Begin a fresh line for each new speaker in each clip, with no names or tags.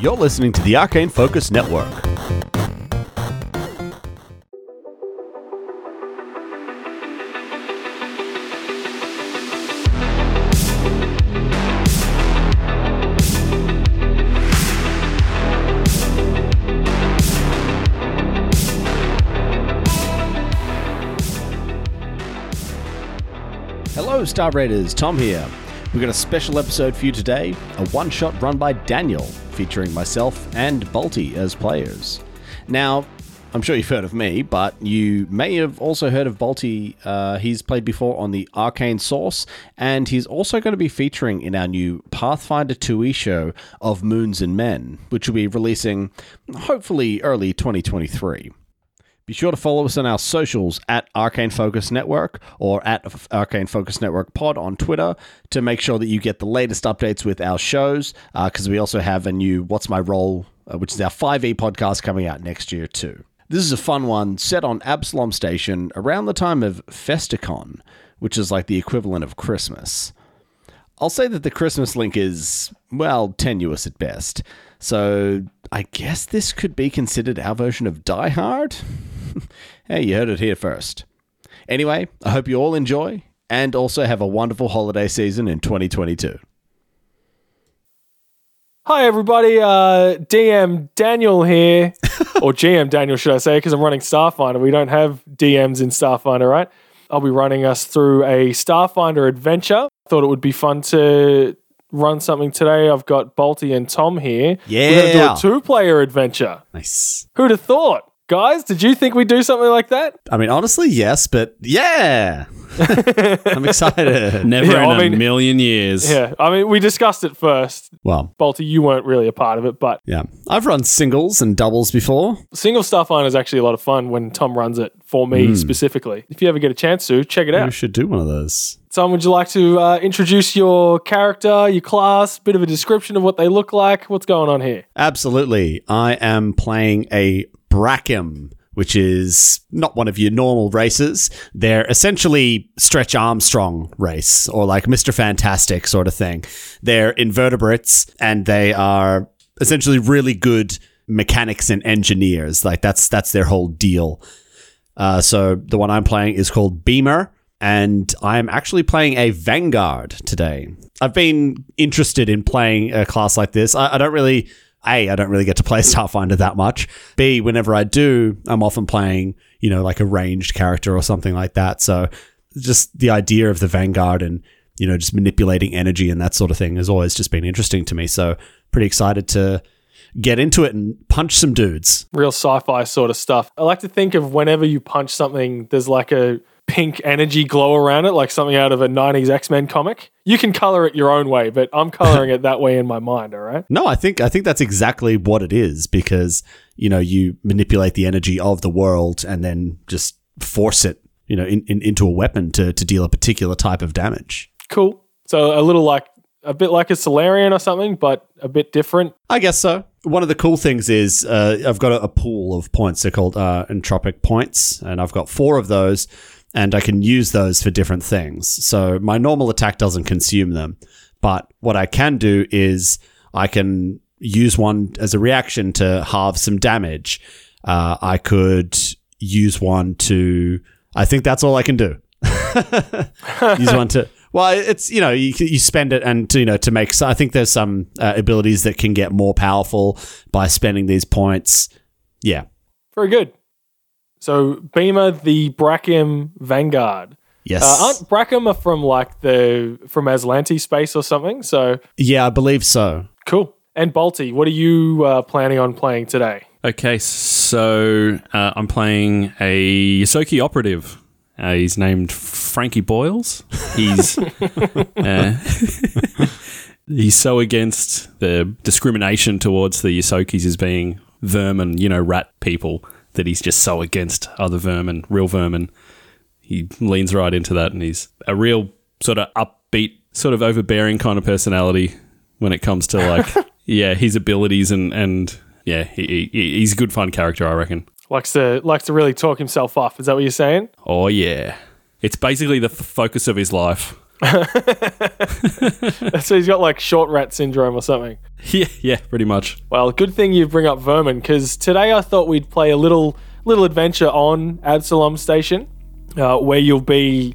You're listening to the Arcane Focus Network. Hello, Star Raiders. Tom here. We've got a special episode for you today a one shot run by Daniel, featuring myself and Balti as players. Now, I'm sure you've heard of me, but you may have also heard of Balti. Uh, he's played before on the Arcane Source, and he's also going to be featuring in our new Pathfinder 2e show of Moons and Men, which will be releasing hopefully early 2023. Be sure to follow us on our socials at Arcane Focus Network or at F- Arcane Focus Network Pod on Twitter to make sure that you get the latest updates with our shows. Because we also have a new What's My Role, uh, which is our 5e podcast coming out next year, too. This is a fun one set on Absalom Station around the time of Festicon, which is like the equivalent of Christmas. I'll say that the Christmas link is, well, tenuous at best. So I guess this could be considered our version of Die Hard? hey, you heard it here first. Anyway, I hope you all enjoy and also have a wonderful holiday season in 2022.
Hi, everybody. Uh, DM Daniel here, or GM Daniel, should I say, because I'm running Starfinder. We don't have DMs in Starfinder, right? I'll be running us through a Starfinder adventure. Thought it would be fun to run something today. I've got Balti and Tom here.
Yeah.
We're going to do a two player adventure.
Nice.
Who'd have thought? Guys, did you think we'd do something like that?
I mean, honestly, yes, but yeah. I'm excited.
Never
Yeah,
in
I
a
mean-
million years.
Yeah. I mean, we discussed it first.
Well,
Balti, you weren't really a part of it, but
yeah. I've run singles and doubles before.
single Starfinder is actually a lot of fun when Tom runs it for me specifically. If you ever get a chance to, check it out.
We should do one of those.
Tom, would you like to uh, introduce your character, your class, bit of a description of what they look like? What's going on here?
Absolutely. I am playing a Brackham, which is not one of your normal races. They're essentially Stretch Armstrong race or like Mr. Fantastic sort of thing. They're invertebrates and they are essentially really good mechanics and engineers. Like that's that's their whole deal. Uh, so the one I'm playing is called Beamer, and I'm actually playing a Vanguard today. I've been interested in playing a class like this. I, I don't really. A, I don't really get to play Starfinder that much. B, whenever I do, I'm often playing, you know, like a ranged character or something like that. So just the idea of the Vanguard and, you know, just manipulating energy and that sort of thing has always just been interesting to me. So pretty excited to get into it and punch some dudes.
Real sci fi sort of stuff. I like to think of whenever you punch something, there's like a pink energy glow around it, like something out of a 90s X Men comic. You can color it your own way, but I'm coloring it that way in my mind, all right?
No, I think I think that's exactly what it is because you know you manipulate the energy of the world and then just force it, you know, in, in, into a weapon to to deal a particular type of damage.
Cool. So a little like, a bit like a Solarian or something, but a bit different.
I guess so. One of the cool things is uh, I've got a, a pool of points. They're called uh, entropic points, and I've got four of those, and I can use those for different things. So my normal attack doesn't consume them, but what I can do is I can use one as a reaction to halve some damage. Uh, I could use one to. I think that's all I can do. use one to well it's you know you, you spend it and to, you know to make so i think there's some uh, abilities that can get more powerful by spending these points yeah
Very good. So Beamer, the Brackham Vanguard.
yes
Uh, aren't Brackham are from like the from Aslanti space or something? So
yeah i believe so
cool. And Balti, what are you uh, planning on playing today?
Okay, so uh, I'm playing a Yosoki operative. Uh, he's named Frankie Boyles. He's uh, he's so against the discrimination towards the Yosokis as being vermin, you know, rat people, that he's just so against other vermin, real vermin. He leans right into that, and he's a real sort of upbeat, sort of overbearing kind of personality when it comes to like, yeah, his abilities and and yeah, he, he, he's a good fun character, I reckon.
Likes to likes to really talk himself off. Is that what you're saying?
Oh yeah, it's basically the f- focus of his life.
so he's got like short rat syndrome or something.
yeah, yeah, pretty much.
Well, good thing you bring up vermin because today I thought we'd play a little little adventure on Absalom Station, uh, where you'll be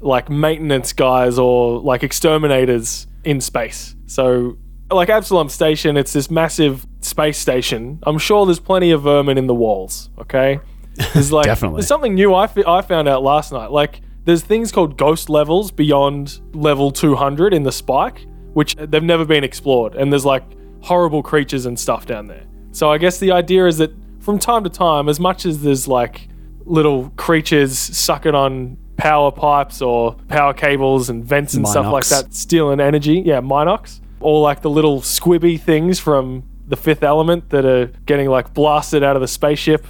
like maintenance guys or like exterminators in space. So, like Absalom Station, it's this massive space station. I'm sure there's plenty of vermin in the walls. Okay, there's like
Definitely.
there's something new I fi- I found out last night. Like there's things called ghost levels beyond level 200 in the spike, which they've never been explored. And there's like horrible creatures and stuff down there. So I guess the idea is that from time to time, as much as there's like little creatures sucking on power pipes or power cables and vents and stuff like
Minox.
that, stealing energy. Yeah, Minox. Or like the little squibby things from the fifth element that are getting like blasted out of the spaceship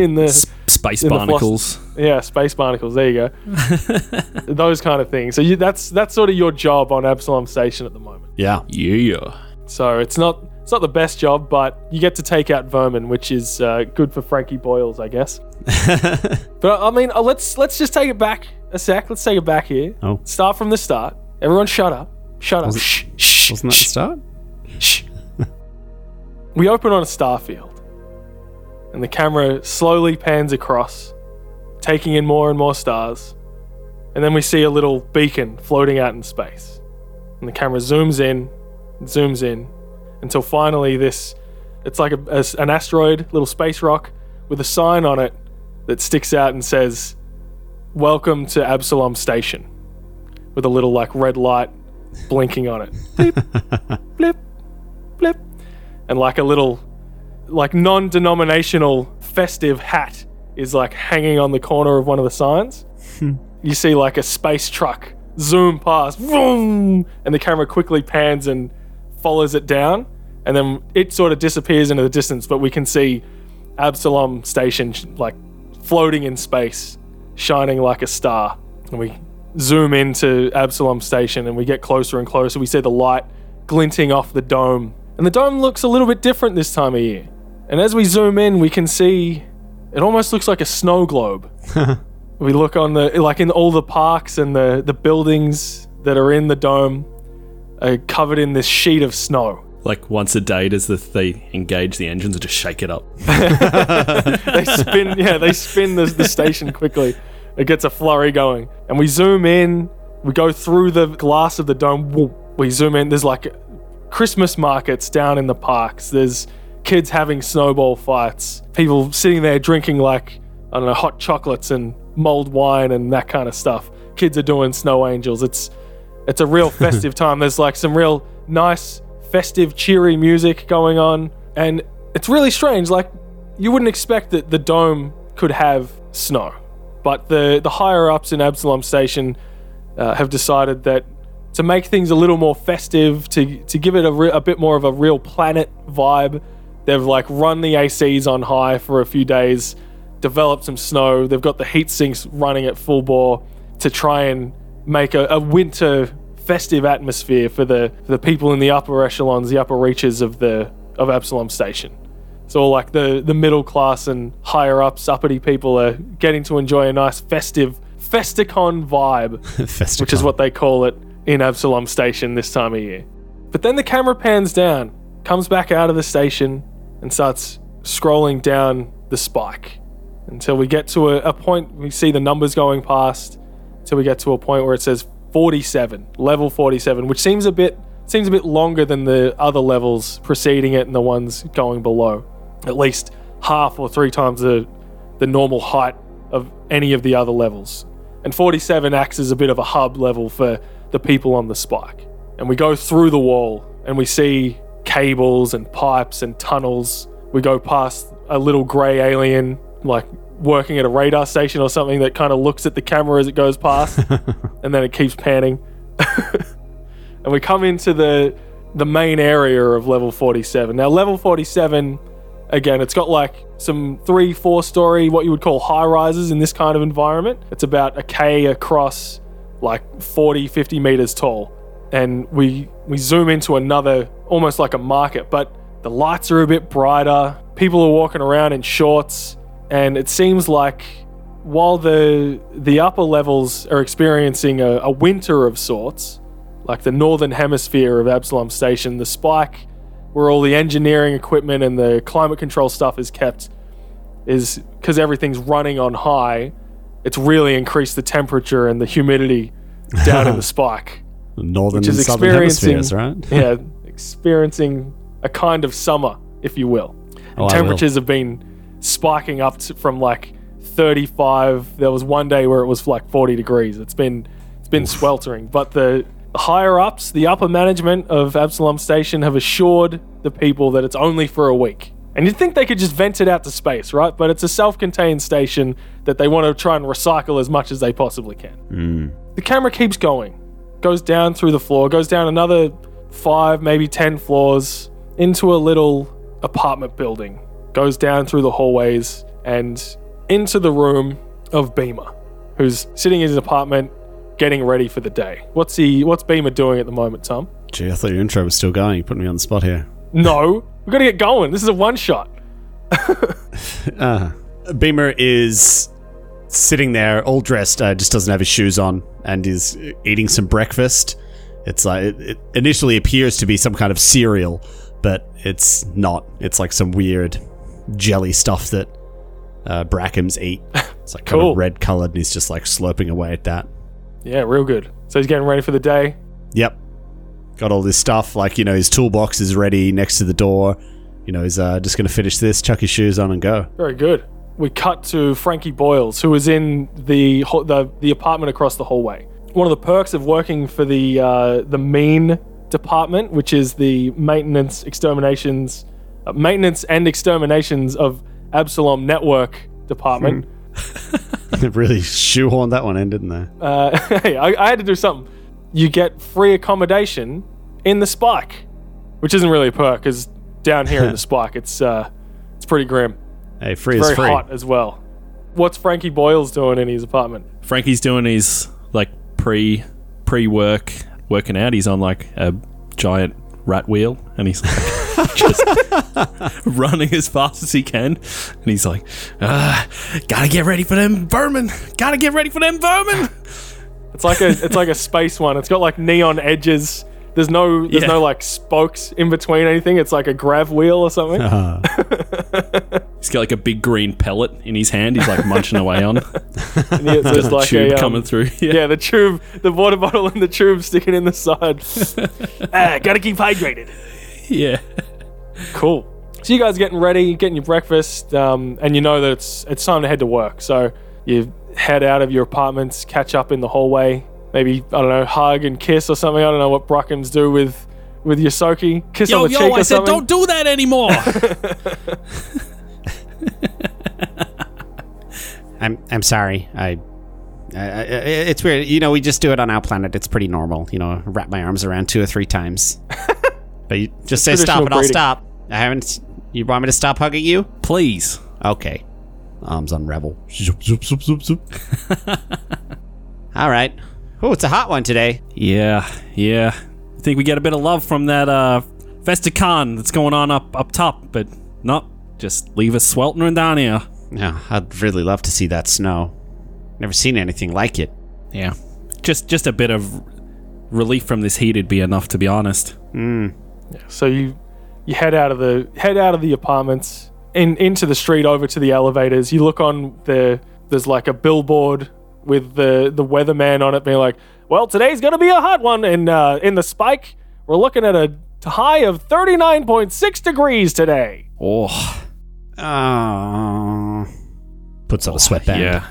in the
S- space
In the
barnacles.
yeah, space barnacles. There you go. Those kind of things. So you, that's that's sort of your job on Absalom Station at the moment.
Yeah.
Yeah.
So it's not it's not the best job, but you get to take out vermin, which is uh, good for Frankie Boyles, I guess. but I mean, uh, let's let's just take it back a sec. Let's take it back here.
Oh.
Start from the start. Everyone, shut up. Shut up. Shh, shh,
Wasn't that the
shh,
start?
shh. we open on a starfield, and the camera slowly pans across, taking in more and more stars. And then we see a little beacon floating out in space. And the camera zooms in, zooms in, until finally this it's like a, a- an asteroid, little space rock, with a sign on it that sticks out and says, Welcome to Absalom Station, with a little like red light blinking on it. Blip, blip, blip. And like a little, like non denominational festive hat is like hanging on the corner of one of the signs. you see like a space truck zoom past, vroom, and the camera quickly pans and follows it down, and then it sort of disappears into the distance. But we can see Absalom Station sh- like floating in space, shining like a star. And we zoom into Absalom Station, and we get closer and closer. We see the light glinting off the dome, and the dome looks a little bit different this time of year. And as we zoom in, we can see it almost looks like a snow globe. we look on the like in all the parks and the the buildings that are in the dome are covered in this sheet of snow.
Like once a day, does the they engage the engines and just shake it up?
They spin, yeah, they spin the, the station quickly. It gets a flurry going, and we zoom in. We go through the glass of the dome. Whoop. We zoom in. There's like Christmas markets down in the parks. There's kids having snowball fights. People sitting there drinking like I don't know hot chocolates and mulled wine and that kind of stuff. Kids are doing snow angels. It's it's a real festive time. There's like some real nice, festive, cheery music going on. And it's really strange. Like, you wouldn't expect that the dome could have snow. But the, the higher ups in Absalom Station uh, have decided that to make things a little more festive, to, to give it a, re- a bit more of a real planet vibe, they've like run the ACs on high for a few days, developed some snow. They've got the heat sinks running at full bore to try and make a, a winter festive atmosphere for the for the people in the upper echelons, the upper reaches of the of Absalom Station. So like the the middle class and higher ups, uppity people are getting to enjoy a nice festive festicon vibe
Festicon.
which is what they call it in Absalom Station this time of year. But then the camera pans down, comes back out of the station, and starts scrolling down the spike until we get to a, a point. We see the numbers going past until we get to a point where it says 47, level 47, which seems a bit seems a bit longer than the other levels preceding it and the ones going below. At least half or three times the the normal height of any of the other levels. And 47 acts as a bit of a hub level for the people on the spike. And we go through the wall and we see cables and pipes and tunnels. We go past a little grey alien, like working at a radar station or something, that kind of looks at the camera as it goes past and then it keeps panning. and we come into the the main area of level 47. Now level 47 again, it's got like some three, four story, what you would call high rises in this kind of environment. It's about a K across, like 40, 50 meters tall. And we, we zoom into another, almost like a market, but the lights are a bit brighter. People are walking around in shorts, and it seems like while the the upper levels are experiencing a, a winter of sorts, like the northern hemisphere of Absalom Station, the spike where all the engineering equipment and the climate control stuff is kept is because everything's running on high, it's really increased the temperature and the humidity down in the spike.
Northern
Which
and
is
southern
experiencing-
hemispheres, right?
Yeah, experiencing a kind of summer, if you will.
Oh, I will.
temperatures have been spiking up to, from like 35 there was one day where it was like 40 degrees it's been it's been sweltering but the higher ups the upper management of absalom station have assured the people that it's only for a week and you'd think they could just vent it out to space right but it's a self-contained station that they want to try and recycle as much as they possibly can the camera keeps going goes down through the floor goes down another five maybe ten floors into a little apartment building goes down through the hallways and into the room of beamer who's sitting in his apartment getting ready for the day what's he what's beamer doing at the moment tom
Gee, I thought your intro was still going. You put me on the spot here.
no we gotta get going this is a one shot
Uh, Beamer is sitting there, all dressed, uh, just doesn't have his shoes on, and is eating some breakfast. It's like it, it initially appears to be some kind of cereal, but it's not. It's like some weird jelly stuff that uh, Brackhams eat. It's like kind
Cool.
of red colored, and he's just like slurping away at that.
yeah real good so he's getting ready for the day
Yep. Got all this stuff, like, you know, his toolbox is ready next to the door. You know, he's uh, just going to finish this, chuck his shoes on, and go.
Very good. We cut to Frankie Boyles, who is in the ho- the, the apartment across the hallway. One of the perks of working for the uh, the mean department, which is the maintenance exterminations, uh, maintenance and exterminations of Absalom Network department.
They really shoehorned that one in, didn't they?
Uh, hey, I, I had to do something. You get free accommodation in the spike, which isn't really a perk, because down here in the spike, it's uh, it's pretty grim.
Hey, free
very
is free.
hot as well. What's Frankie Boyles doing in his apartment?
Frankie's doing his like pre pre work working out. He's on like a giant rat wheel and he's like just running as fast as he can. And he's like, ah, gotta get ready for them vermin. Gotta get ready for them vermin.
It's like a it's like a space one. It's got like neon edges. There's no there's
Yeah.
no like spokes in between anything. It's like a grav wheel or something.
Uh-huh.
Uh,
He's got like a big green pellet in his hand. He's like munching away on.
And yeah, so it's like
tube
a um,
coming through. Yeah.
Yeah, the tube, the water bottle and the tube sticking in the side. ah, gotta keep hydrated.
yeah.
Cool. So you guys are getting ready, getting your breakfast, um, and you know that it's it's time to head to work. So you head out of your apartments, catch up in the hallway, maybe I don't know, hug and kiss or something. I don't know what Bruckums do with with Yosoki. Kiss
Yo,
on the
yo,
cheek
I
or
said
something.
don't do that anymore.
I'm I'm sorry. I, I, I it's weird. You know, we just do it on our planet. It's pretty normal. You know, wrap my arms around two or three times. but you just say stop,
traditional
and I'll
breeding.
stop. I haven't. You want me to stop hugging you?
Please.
Okay. Arms unravel. Zoop, zoop, zoop, zoop, zoop. All right. Oh, it's a hot one today.
Yeah, yeah. I think we get a bit of love from that uh Vesticon that's going on up up top, but no, just leave us sweltering down here.
Yeah, I'd really love to see that snow. Never seen anything like it.
Yeah. Just just a bit of relief from this heat would be enough to be honest.
So you you head out of the head out of the apartments in into the street over to the elevators. You look on the there's like a billboard with the the weatherman on it being like, "Well, today's going to be a hot one and uh, in the spike, we're looking at a high of 39.6 degrees today."
Oh,
Oh. Puts on a sweatband.
yeah.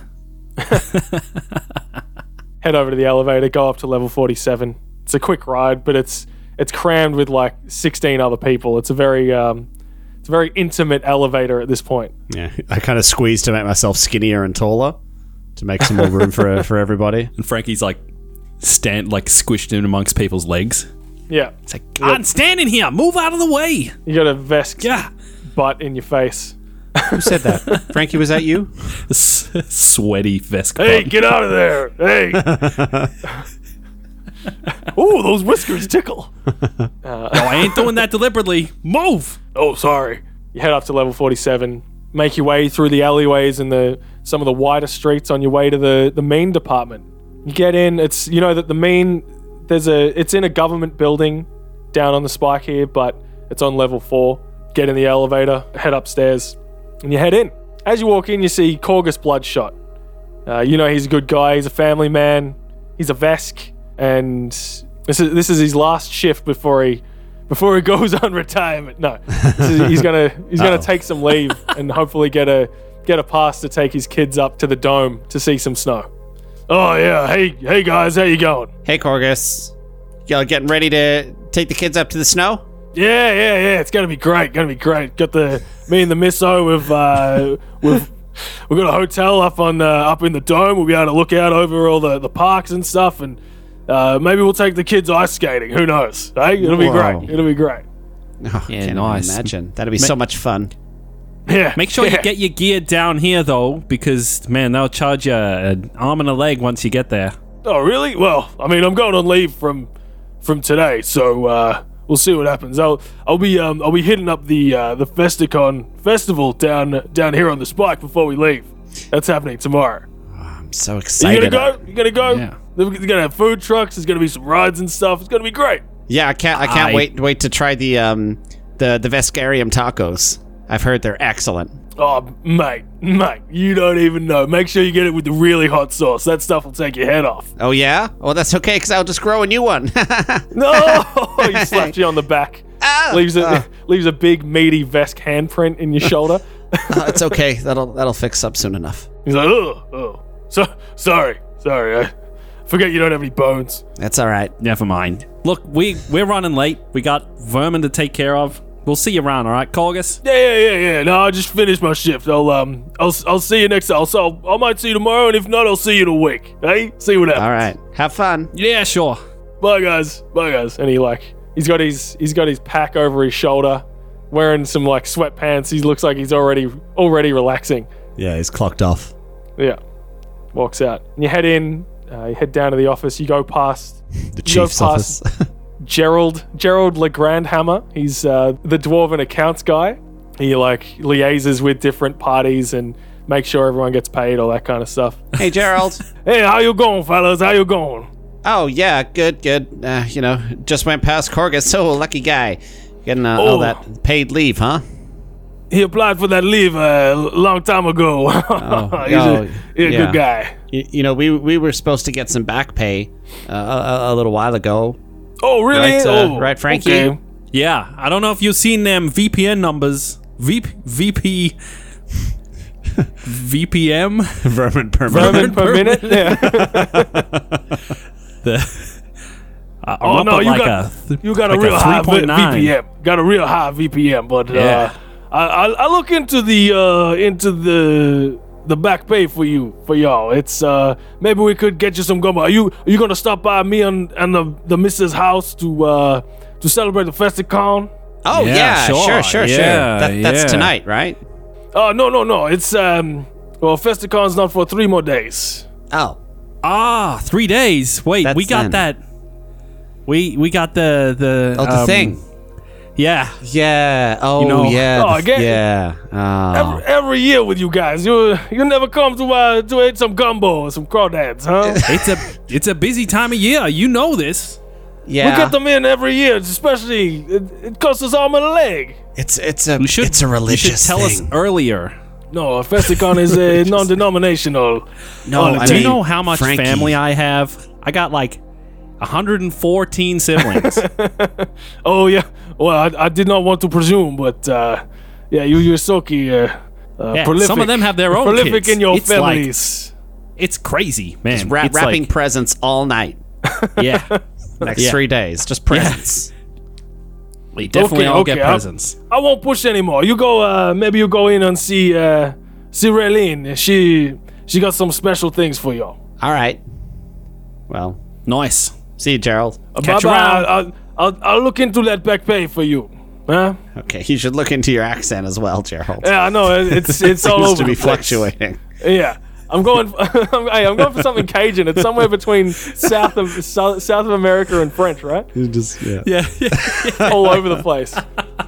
Head over to the elevator, go up to level 47. It's a quick ride, but it's it's crammed with like 16 other people. It's a very um, it's a very intimate elevator at this point.
Yeah, I kind of squeezed to make myself skinnier and taller to make some more room for for everybody.
And Frankie's like stand like squished in amongst people's legs.
Yeah.
It's like, I'm standing here. Move out of the way.
You got a vest
Yeah.
butt in your face.
Who said that? Frankie, was that you?
S- sweaty Vesticon.
Hey, get out of there! Hey. Ooh, those whiskers tickle.
No, I ain't doing that deliberately. Move.
Oh, sorry. You head up to level 47, make your way through the alleyways and the some of the wider streets on your way to the the main department. You get in, it's you know that the main there's a it's in a government building down on the spike here, but it's on level four. Get in the elevator, head upstairs, and you head in. As you walk in, you see Corgus Bloodshot. Uh, you know he's a good guy. He's a family man. He's a Vesk, and this is this is his last shift before he before he goes on retirement. No, This is- he's gonna he's gonna take some leave and hopefully get a get a pass to take his kids up to the dome to see some snow. Oh yeah, hey hey guys, how you going?
Hey, Corgus. Y'all getting ready to take the kids up to the snow? Oh,
Yeah, yeah, yeah. It's gonna be great. Gonna be great. Got the me and the misso. We've uh, we've we've got a hotel up on uh, up in the dome. We'll be able to look out over all the, the parks and stuff, and uh, maybe we'll take the kids ice skating. Who knows? Hey, it'll be
Wow.
great. It'll be great.
Oh,
Yeah,
can't
nice.
even imagine. That'd be so much fun.
Yeah.
Make sure
yeah.
you get your gear down here though, because man, they'll charge you an arm and a leg once you get there.
Oh really? Well, I mean, I'm going on leave from from today, so uh, we'll see what happens. I'll I'll be um I'll be hitting up the uh, the Festicon festival down down here on the spike before we leave. That's happening tomorrow.
I'm so
Are
excited.
you gonna go? You gonna go?
Yeah.
They're gonna have food trucks. There's gonna be some rides and stuff. It's gonna be great.
Yeah, I can't. I can't
I-
wait. Wait to try the um the the Vescarium tacos. I've heard they're excellent.
Oh, mate, mate, you don't even know. Make sure you get it with the really hot sauce. That stuff will take your head off.
Oh yeah. Well, that's okay because I'll just grow a new one.
No, he slapped you on the back.
Ah!
leaves a
Ah.
leaves a big meaty Vesk handprint in your shoulder.
Uh, it's okay. That'll that'll fix up soon enough.
He's like, oh, oh, so sorry, sorry. I forget you don't have any bones.
That's all right.
Never mind. Look, we we're running late. We got vermin to take care of. We'll see you around, all right, Corgus?
Yeah, yeah, yeah, yeah. No, I just finished my shift. I'll um, I'll I'll see you next. I'll, I'll I might see you tomorrow, and if not, I'll see you in a week. Hey, see what happens.
All right. Have fun.
Yeah, sure.
bye guys, bye guys. And he like he's got his he's got his pack over his shoulder, wearing some like sweatpants. He looks like he's already already relaxing.
Yeah, he's clocked off.
Yeah, walks out. And you head in, uh, you head down to the office. You go past
The
You go
chief's office.
past- Gerald Gerald Legrandhammer. He's uh, the dwarven accounts guy. He like liaises with different parties and makes sure everyone gets paid, all that kind of stuff.
Hey, Gerald.
hey, how you going, fellas? How you going?
oh yeah. Good. Good. Uh, you know, just went past Corgus. So lucky guy. Getting uh, all
Oh.
that paid leave, huh?
He applied for that leave a long time ago. he's
oh,
a, he's
yeah.
a good guy.
You, you know, we we were supposed to get some back pay uh, a, a- a little while ago.
Oh, really?
Right, uh,
oh,
right, Frankie?
okay.
Yeah, I don't know if you've seen them VPN numbers. VP VP VPM.
Vermin permanent.
Vermin per minute. Yeah.
Uh, I'm
Oh
up
no,
at
you
like
got
a th-
you got a
like a
real high v-
3.9.
VPM. Got a real high VPM, but
Yeah.
uh, I, I I look into the uh, into the the back pay for you for y'all. It's uh, maybe we could get you some gumbo. Are you are you gonna stop by me and and the the missus house to uh, to celebrate the Festicon?
Oh
Yeah,
yeah, sure,
sure,
sure, sure.
yeah,
That, that's
yeah.
tonight, right?
Oh no no no! It's um well Festicon's not for three more days.
Oh,
ah three days. Wait,
That's
we got
then.
that. We we got the the
oh, the
um,
thing.
Yeah,
Yeah. Oh,
know-
yeah.
Oh,
the-
again.
Yeah. Oh.
Every, every year with you guys, you you never come to uh, to eat some gumbo or some crawdads, huh?
it's a it's a busy time of year. You know this.
yeah.
We get them in every year, especially it, it costs us arm and a leg.
It's it's a
You should
it's a
you should
religious
tell
thing.
us earlier.
No, Festicon is a non-denominational.
no,
Oh,
I
Do you
mean,
know how much
Frankie.
family I have? I got like 114 siblings.
Oh yeah. Well, I, I did not want to presume, but uh, yeah, you Yosoki, uh, uh,
Yeah,
prolific.
some of them have their own
prolific
kids.
in your
It's like-
families.
it's crazy, man.
Ra-
It's
wrapping
like-
presents all night,
yeah.
next
Yeah.
three days, just presents.
We
Okay,
definitely all
okay, uh,
get
I'll-
presents.
I won't push anymore. You go. Uh, maybe you go in and see uh, see Raylene. She she got some special things for y'all.
All right. Well,
Nice.
see you, Gerald.
Catch
Bye-bye.
around.
I'll, I'll I'll look into that back pay for you. Huh?
Okay, you should look into your accent as well, Gerald.
Yeah, I know. it- It's it's all
Seems
over
to be
the place.
fluctuating.
Yeah. I'm going. I'm, hey, I'm going for something Cajun. It's somewhere between south of south, south of America and French, right?
yeah.
Yeah. yeah.
All over the place.
I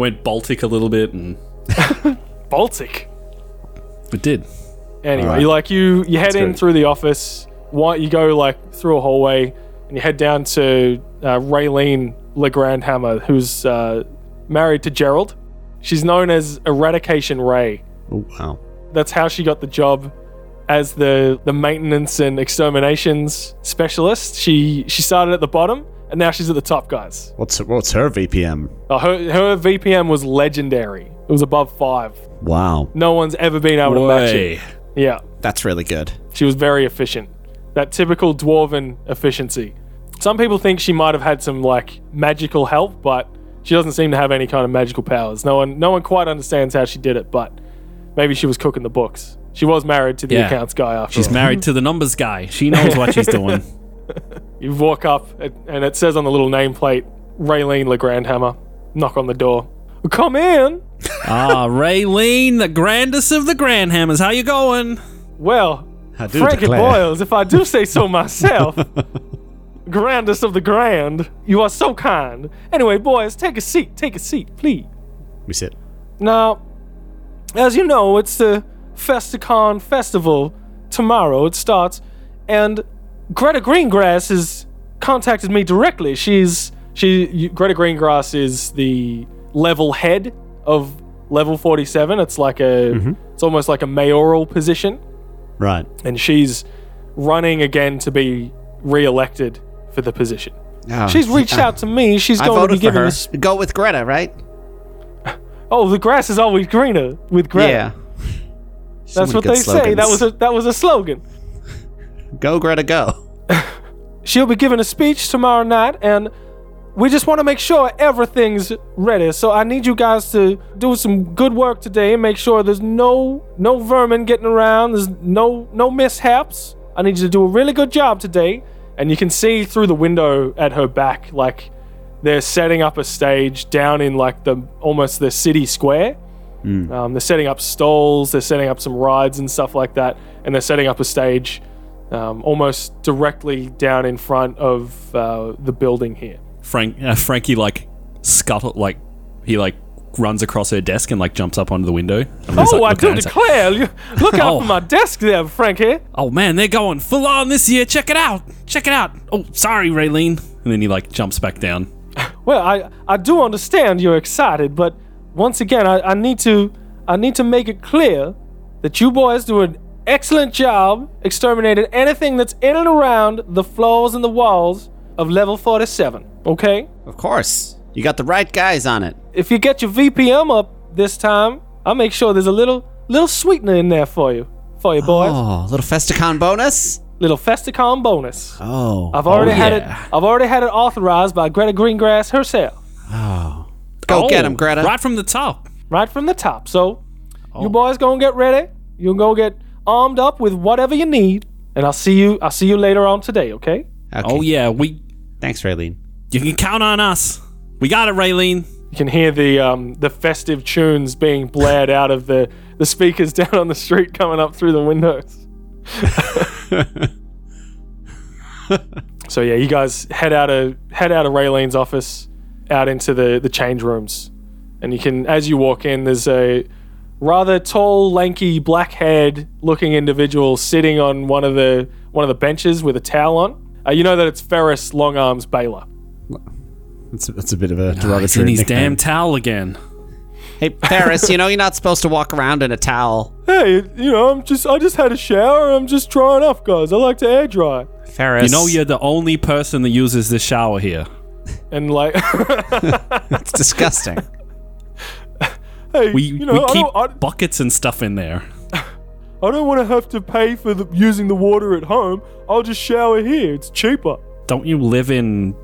went Baltic a little bit and
Baltic.
it did.
Anyway,
Alright.
like you you head in
good.
through the office. Why you go like through a hallway and you head down to uh, Raylene Legrand Hammer, who's uh, married to Gerald. She's known as Eradication Ray.
Oh, wow.
That's how she got the job as the the maintenance and exterminations specialist. She she started at the bottom and now she's at the top, guys.
What's her, what's her VPM?
Uh, her her VPM was legendary. It was above five.
Wow.
No one's ever been able to match it.
Way.
Yeah.
That's really good.
She was very efficient. That typical dwarven efficiency. Some people think she might have had some like magical help, but she doesn't seem to have any kind of magical powers. No one no one quite understands how she did it, but maybe she was cooking the books. She was married to the
Yeah.
accounts guy after
She's
all.
married to the numbers guy. She knows what she's doing.
You walk up and- and it says on the little nameplate, Raylene Legrandhammer. Knock on the door. Come in.
Ah, Raylene, the grandest of the Grandhammers. How you going?
Well,
I do
Frankie
declare.
Boyles, if I do say so myself, grandest of the grand, you are so kind. Anyway, boys, take a seat, take a seat, please.
We sit.
Now, as you know, it's the Festicon Festival tomorrow. It starts, and Greta Greengrass has contacted me directly. She's she you- Greta Greengrass is the level head of level 47. It's like a
Mm-hmm.
it's almost like a mayoral position
Right.
and she's running again to be re-elected for the position.
Oh,
She's reached
yeah.
out to me. She's
I
going to
voted
be
for
giving
her.
us.
Go with Greta, right?
Oh, the grass is always greener with Greta.
Yeah.
that's
Someone
what
good
they say. That
slogans.
was a that was a slogan.
go Greta, go.
She'll be giving a speech tomorrow night, and we just want to make sure everything's ready. So I need you guys to do some good work today and make sure there's no no vermin getting around. There's no no mishaps. I need you to do a really good job today. And you can see through the window at her back, like they're setting up a stage down in like the almost the city square.
Hmm.
Um, they're setting up stalls, they're setting up some rides and stuff like that, and they're setting up a stage um, almost directly down in front of uh, the building here.
Frank, uh, Frankie, like, scuttle, like, he, like, runs across her desk and, like, jumps up onto the window. And was,
oh,
like,
I
looking
do
at it.
declare! You, look out
Oh.
for my desk there, Frankie.
Oh, man, they're going full on this year. Check it out. Check it out. Oh, sorry, Raylene. And then he, like, jumps back down.
Well, I, I do understand you're excited, but once again, I, I need to I need to make it clear that you boys do an excellent job exterminating anything that's in and around the floors and the walls of level 47. Okay?
Of course. You got the right guys on it.
if you get your VPM up this time, I'll make sure there's a little little sweetener in there for you, for you boys.
Oh, little Festicon bonus?
Little Festicon bonus.
Oh.
I've already
oh,
had
yeah.
it. I've already had it authorized by Greta Greengrass herself,
Go
oh,
get 'em, get him, Greta.
Right from the top.
right from the top. So,
Oh.
you boys gonna get ready. You gonna get armed up with whatever you need, and I'll see you. I'll see you later on today. Okay?
Okay.
Oh, yeah. We,
Thanks, Raylene.
you can count on us. We got it, Raylene.
You can hear the um, the festive tunes being blared out of the the speakers down on the street coming up through the windows. so yeah, you guys head out of head out of Raylene's office, out into the the change rooms, and you can as you walk in, there's a rather tall, lanky, black-haired looking individual sitting on one of the one of the benches with a towel on. Uh, you know that it's Ferris Longarms Baylor.
That's a, that's a bit of a derogatory
It's in his
nickname.
damn towel again.
Hey, Paris, you know you're not supposed to walk around in a towel.
hey, you know, I'm just I just had a shower. I'm just drying off, guys. I like to air dry.
Ferris.
You know you're the only person that uses this shower here.
And like,
It's disgusting.
hey,
We,
you know,
we
I,
keep
don't, I,
buckets and stuff in there.
I don't want to have to pay for the, using the water at home. I'll just shower here. It's cheaper.
Don't you live in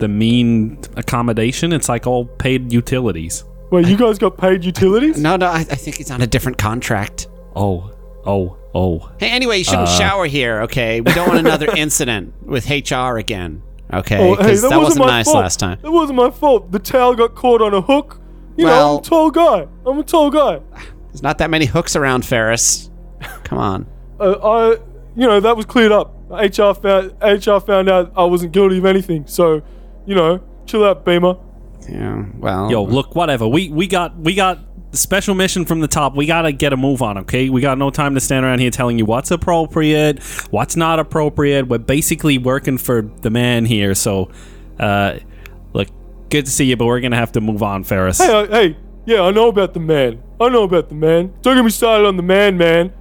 the mean accommodation? It's like all paid utilities.
Wait, you guys got paid utilities?
no, no, I, I think he's on a different contract.
Oh, oh, oh.
Hey, anyway, you
Uh.
shouldn't shower here, okay? We don't want another incident with HR again, okay?
Oh,
Because that, wasn't,
my
nice
fault.
last time.
That wasn't my fault. The towel got caught on a hook. You know,
Well-
I'm a tall guy. I'm a tall guy.
There's not that many hooks around, Ferris. Come on.
Uh, I, you know, that was cleared up. HR found HR found out I wasn't guilty of anything. So, you know, chill out, Beamer.
Yeah, well.
Yo, look, whatever. We we got we got special mission from the top. We gotta get a move on, okay? We got no time to stand around here telling you what's appropriate, what's not appropriate. We're basically working for the man here. So, uh, look, good to see you, but we're gonna have to move on, Ferris.
Hey, I, hey, yeah, I know about the man. I know about the man. Don't get me started on the man, man.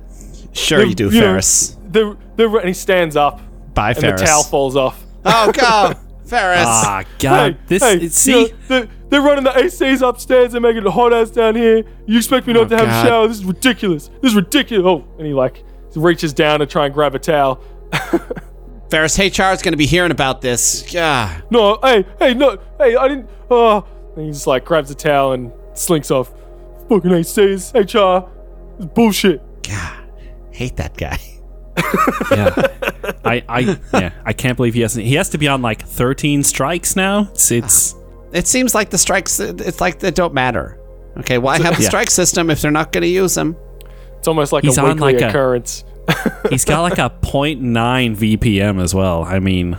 Sure you do,
know,
Ferris.
the, the, and he stands up,
Bye,
and
Ferris.
the towel falls off.
Oh God, Ferris.
Ah, God,
Um,
hey,
this
hey,
it-
you
see.
know, they're, they're running the ACs upstairs. They're making it hot ass down here. You expect me not to have
Oh, God.
a shower? This is ridiculous. This is ridiculous. Oh, and he like reaches down to try and grab a towel.
Ferris, HR is going to be hearing about this. Yeah.
No, hey, hey, no, hey, I didn't. Oh, and he just like grabs a towel and slinks off. Fucking ACs, HR, it's bullshit.
God, hate that guy.
yeah. I, I, yeah, I can't believe he hasn't. He has to be on like 13 strikes now. It's, it's
It seems like the strikes. It's like they don't matter. Okay, why have the
Yeah.
strike system if they're not going to use them?
It's almost like
He's
a
on,
weekly
like, a-
occurrence.
he's got like a 0.9 VPM as well. I mean,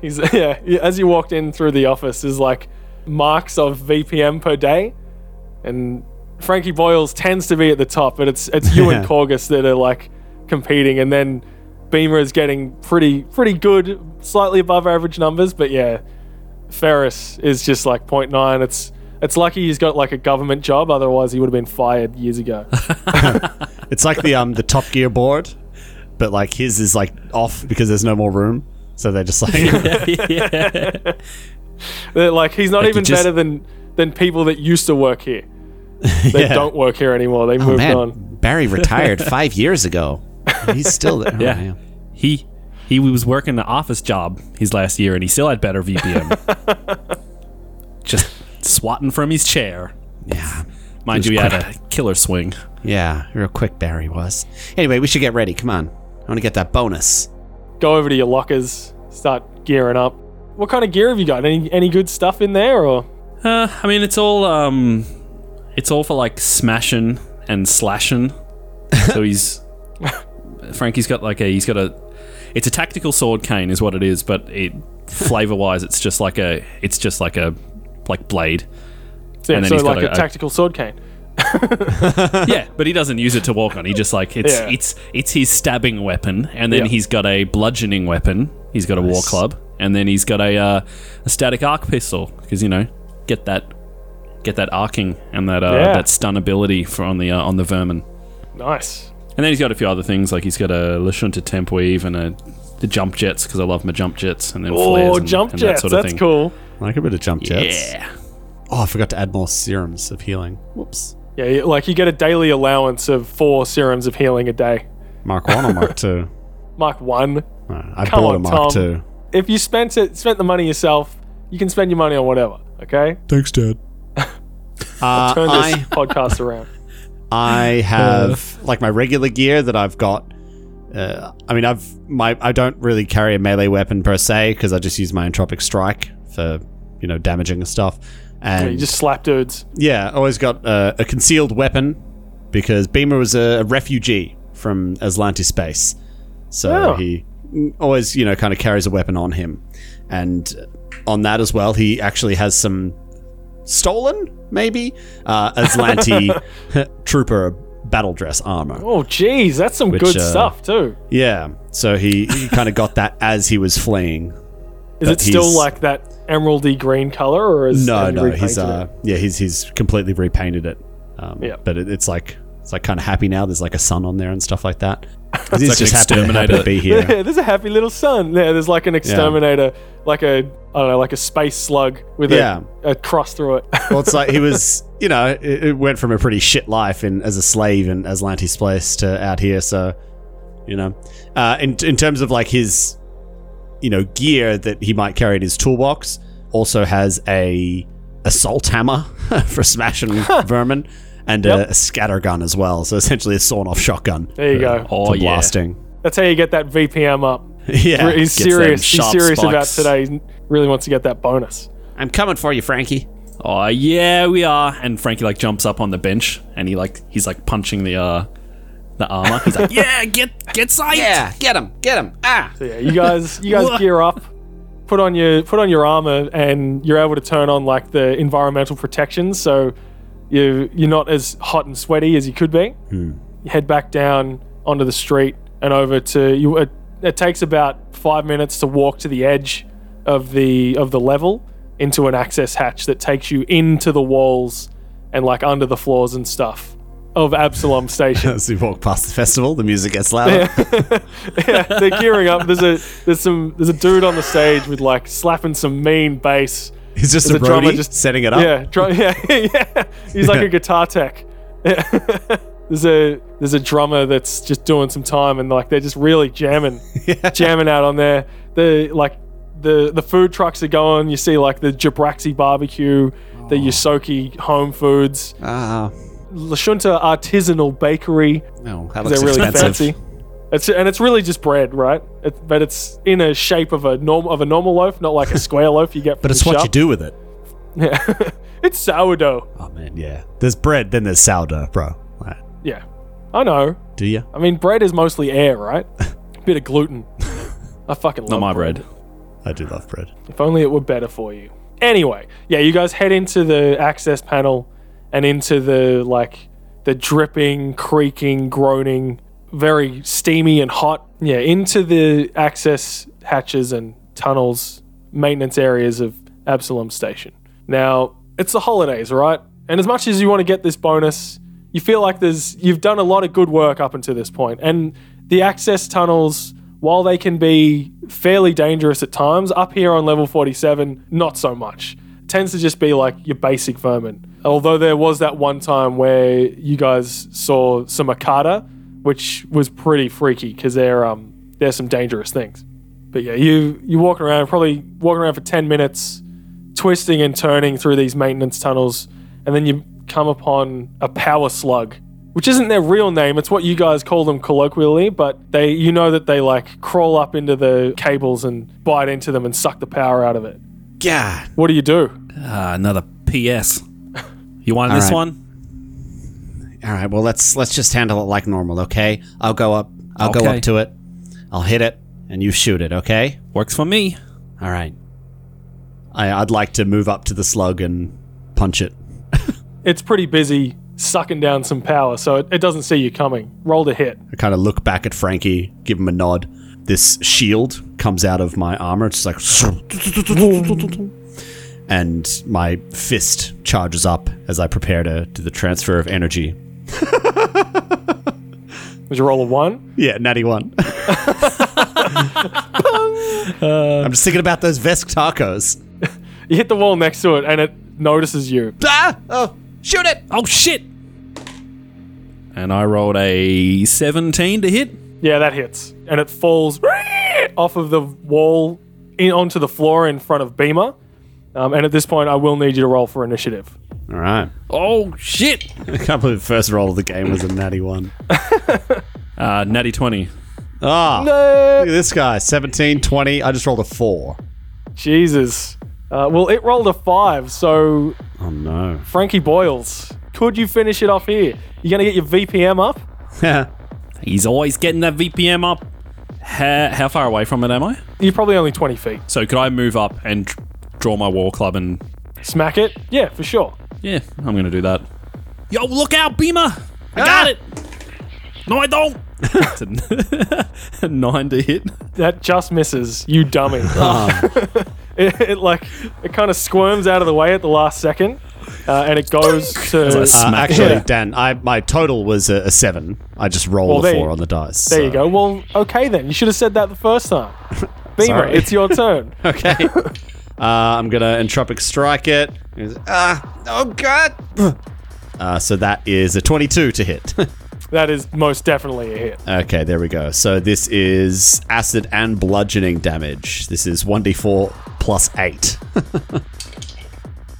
He's yeah. he- As you walked in through the office, is like marks of VPM per day, and Frankie Boyle's tends to be at the top, but it's it's you and Corgus that are like competing, and then Beamer is getting pretty pretty good, slightly above average numbers, but yeah, Ferris is just like 0.9. It's it's lucky he's got like a government job, otherwise he would have been fired years ago.
It's like the um the Top Gear board, but like his is like off because there's no more room. So they're just like
They're like he's not
he
even
just-
better than than people that used to work here. They
Yeah.
don't work here anymore. They
Oh
moved
man,
on.
Barry retired five years ago. He's still there. Oh,
yeah.
man.
He, he was working the office job his last year and he still had better VPM. Just swatting from his chair.
yeah,
Mind you, he had a killer swing.
yeah. Real quick, Barry was. Anyway, we should get ready. Come on, I want to get that bonus.
go over to your lockers, start gearing up. What kind of gear have you got? Any any good stuff in there or
Uh, I mean, it's all um, it's all for like smashing and slashing. so he's Frankie's got like a he's got a it's a tactical sword cane is what it is, but it flavor wise it's just like a it's just like a like blade.
so, yeah,
And then
so
he's got
like a,
a- a-
tactical sword cane?
yeah, but he doesn't use it to walk on. He just like it's
Yeah.
it's it's his stabbing weapon, and then
Yeah.
he's got a bludgeoning weapon. He's got a war club, and then he's got a uh, a static arc pistol because you know get that get that arcing and that uh,
Yeah.
that stun ability for on the uh, on the vermin.
Nice.
And then he's got a few other things like he's got a Lashunta temp weave and a the jump jets because I love my jump jets and then flares
Oh,
and,
jump
and
jets.
that sort of
That's
thing.
cool.
like a bit of jump jets.
Yeah,
Oh, I forgot to add more serums of healing. Whoops.
Yeah, you- like you get a daily allowance of four serums of healing a day.
Mark one or Mark two?
Mark one.
No, I
Come
bought a
on,
Mark
Tom.
two.
If you spent it, spent the money yourself, you can spend your money on whatever. Okay,
Thanks, Dad. Uh,
turn this
I
podcast around.
I have like my regular gear that I've got. Uh, I mean, I've my I don't really carry a melee weapon per se because I just use my entropic strike for you know damaging and stuff. And
Yeah, you just slap dudes.
Yeah, always got uh, a concealed weapon because Beamer was a, a refugee from Aslanti space, so
Oh.
he always you know kind of carries a weapon on him, and on that as well, he actually has some stolen maybe uh, Aslanti trooper battle dress armor.
Oh, geez, that's some good
uh,
stuff too.
Yeah, so he, he kind of got that as he was fleeing.
Is it
but
still
he's-
like that emeraldy green color, or is
No,
have you
no, he's
repainted
uh,
it?
yeah, he's he's completely repainted it. Um,
Yeah.
but it, it's like it's like kind of happy now. There's like a sun on there and stuff like that. 'Cause
like
he's
an
just happy to, happy
exterminator.
to be
Yeah.
here.
there's a happy little sun. Yeah, there's like an exterminator, like a I don't know, like a space slug with
Yeah.
a, a cross through it.
well, it's like he was, you know, it, it went from a pretty shit life in as a slave in Aslantis place to out here. So, you know, uh, in in terms of like his, you know, gear that he might carry in his toolbox, also has a assault hammer for smashing vermin and
Yep.
a, scatter gun as well. So essentially a sawn off shotgun.
There you go.
oh
for
yeah,
blasting.
That's how you get that VPM up.
Yeah,
he's
gets them
serious. He's
sharp
serious about
spikes.
today. He really wants to get that bonus.
I'm coming for you, Frankie.
oh yeah, we are. And Frankie like jumps up on the bench and he like he's like punching the uh the armor. He's like, yeah, get get psyched.
Yeah, get him, get him. Ah,
So yeah, you guys, you guys gear up, put on your put on your armor, and you're able to turn on like the environmental protection. So You you're not as hot and sweaty as you could be. You head back down onto the street and over to you. It, it takes about five minutes to walk to the edge of the of the level into an access hatch that takes you into the walls and like under the floors and stuff of Absalom Station.
As we walk past the festival, the music gets louder.
yeah, they're gearing up. There's a there's some there's a dude on the stage with like slapping some mean bass.
It's just
The
a
drummer
roadie
just-
just setting it up.
Yeah, drum, yeah, yeah. He's like
Yeah.
a guitar tech. Yeah. there's a there's a drummer that's just doing some time and like they're just really jamming, jamming out on there. The like the the food trucks are going. You see like the Jabraxi barbecue, the Yosoki home foods,
Ah,
Lashunta artisanal bakery.
no.
That
They're
looks
really
expensive.
fancy. It's, and it's really just bread, right? It, but it's in a shape of a norm of a normal loaf, not like a square loaf you get. From
But it's
the
what
shop.
you do with it.
Yeah. it's sourdough.
Oh man, yeah. There's bread, then there's sourdough, bro. Like,
Yeah, I know.
do you?
I mean, bread is mostly air, right? Bit of gluten. I fucking love
Not my bread.
I do love bread.
If only it were better for you. Anyway, yeah, you guys head into the access panel and into the like the dripping, creaking, groaning, very steamy and hot. Yeah, into the access hatches and tunnels, maintenance areas of Absalom Station. Now, it's the holidays, right? And as much as you want to get this bonus, you feel like there's you've done a lot of good work up until this point. And the access tunnels, while they can be fairly dangerous at times, up here on level 47, not so much. tends to just be like your basic vermin. Although there was that one time where you guys saw some Akata, which was pretty freaky because they're um they're some dangerous things. But yeah, you you walking around probably walking around for ten minutes, twisting and turning through these maintenance tunnels, and then you come upon a power slug, which isn't their real name. It's what you guys call them colloquially, but they you know that they like crawl up into the cables and bite into them and suck the power out of it.
God.
What do you do?
Ah, another PS. You wanted this
right.
one?
All right. Well, let's let's just handle it like normal, okay? I'll go up. I'll go
Okay.
up to it. I'll hit it, and you shoot it, okay?
Works for me.
All right.
I, I'd like to move up to the slug and punch it.
It's pretty busy sucking down some power, so it, it doesn't see you coming. Roll to hit.
I kind of look back at Frankie, give him a nod. This shield comes out of my armor. It's like, and my fist charges up as I prepare to do the transfer of energy.
Did you roll a one?
Yeah, natty one. I'm just thinking about those Vesk tacos.
You hit the wall next to it and it notices you.
Ah! Oh,
Shoot it.
Oh shit! And I rolled a 17 to hit.
Yeah, that hits. And it falls off of the wall in, onto the floor in front of Beamer. Um, and at this point, I will need you to roll for initiative.
all right.
Oh shit!
I can't believe the first roll of the game was a natty one.
Uh, natty 20.
Ah, look at this guy, 17, 20. I just rolled a four.
Jesus. Uh, well, it rolled a five, so
Oh no.
Frankie Boyles, could you finish it off here? You're going to get your VPM up?
He's always getting that VPM up. How, how far away from it am I?
You're probably only 20 feet.
So could I move up and dr- draw my war club and
Smack it? Yeah, for sure.
yeah, I'm gonna do that. Yo, look out, Beamer! I got it. No, I don't. It's a n- nine to hit.
That just misses, you dummy. it, it, like, it kind of squirms out of the way at the last second. Uh, and it goes to.
Uh,
Smack
actually,
it.
Dan, I my total was a, a seven. I just rolled
Well,
a
there
four
you-
on the dice.
There you go. Well, okay then. You should have said that the first time. Beamer,
Sorry.
it's your turn.
Okay. uh, I'm gonna entropic strike it.
Ah. oh God.
Uh, so that is a 22 to hit.
that is most definitely a hit.
okay, there we go. So this is acid and bludgeoning damage. This is 1d4 plus eight.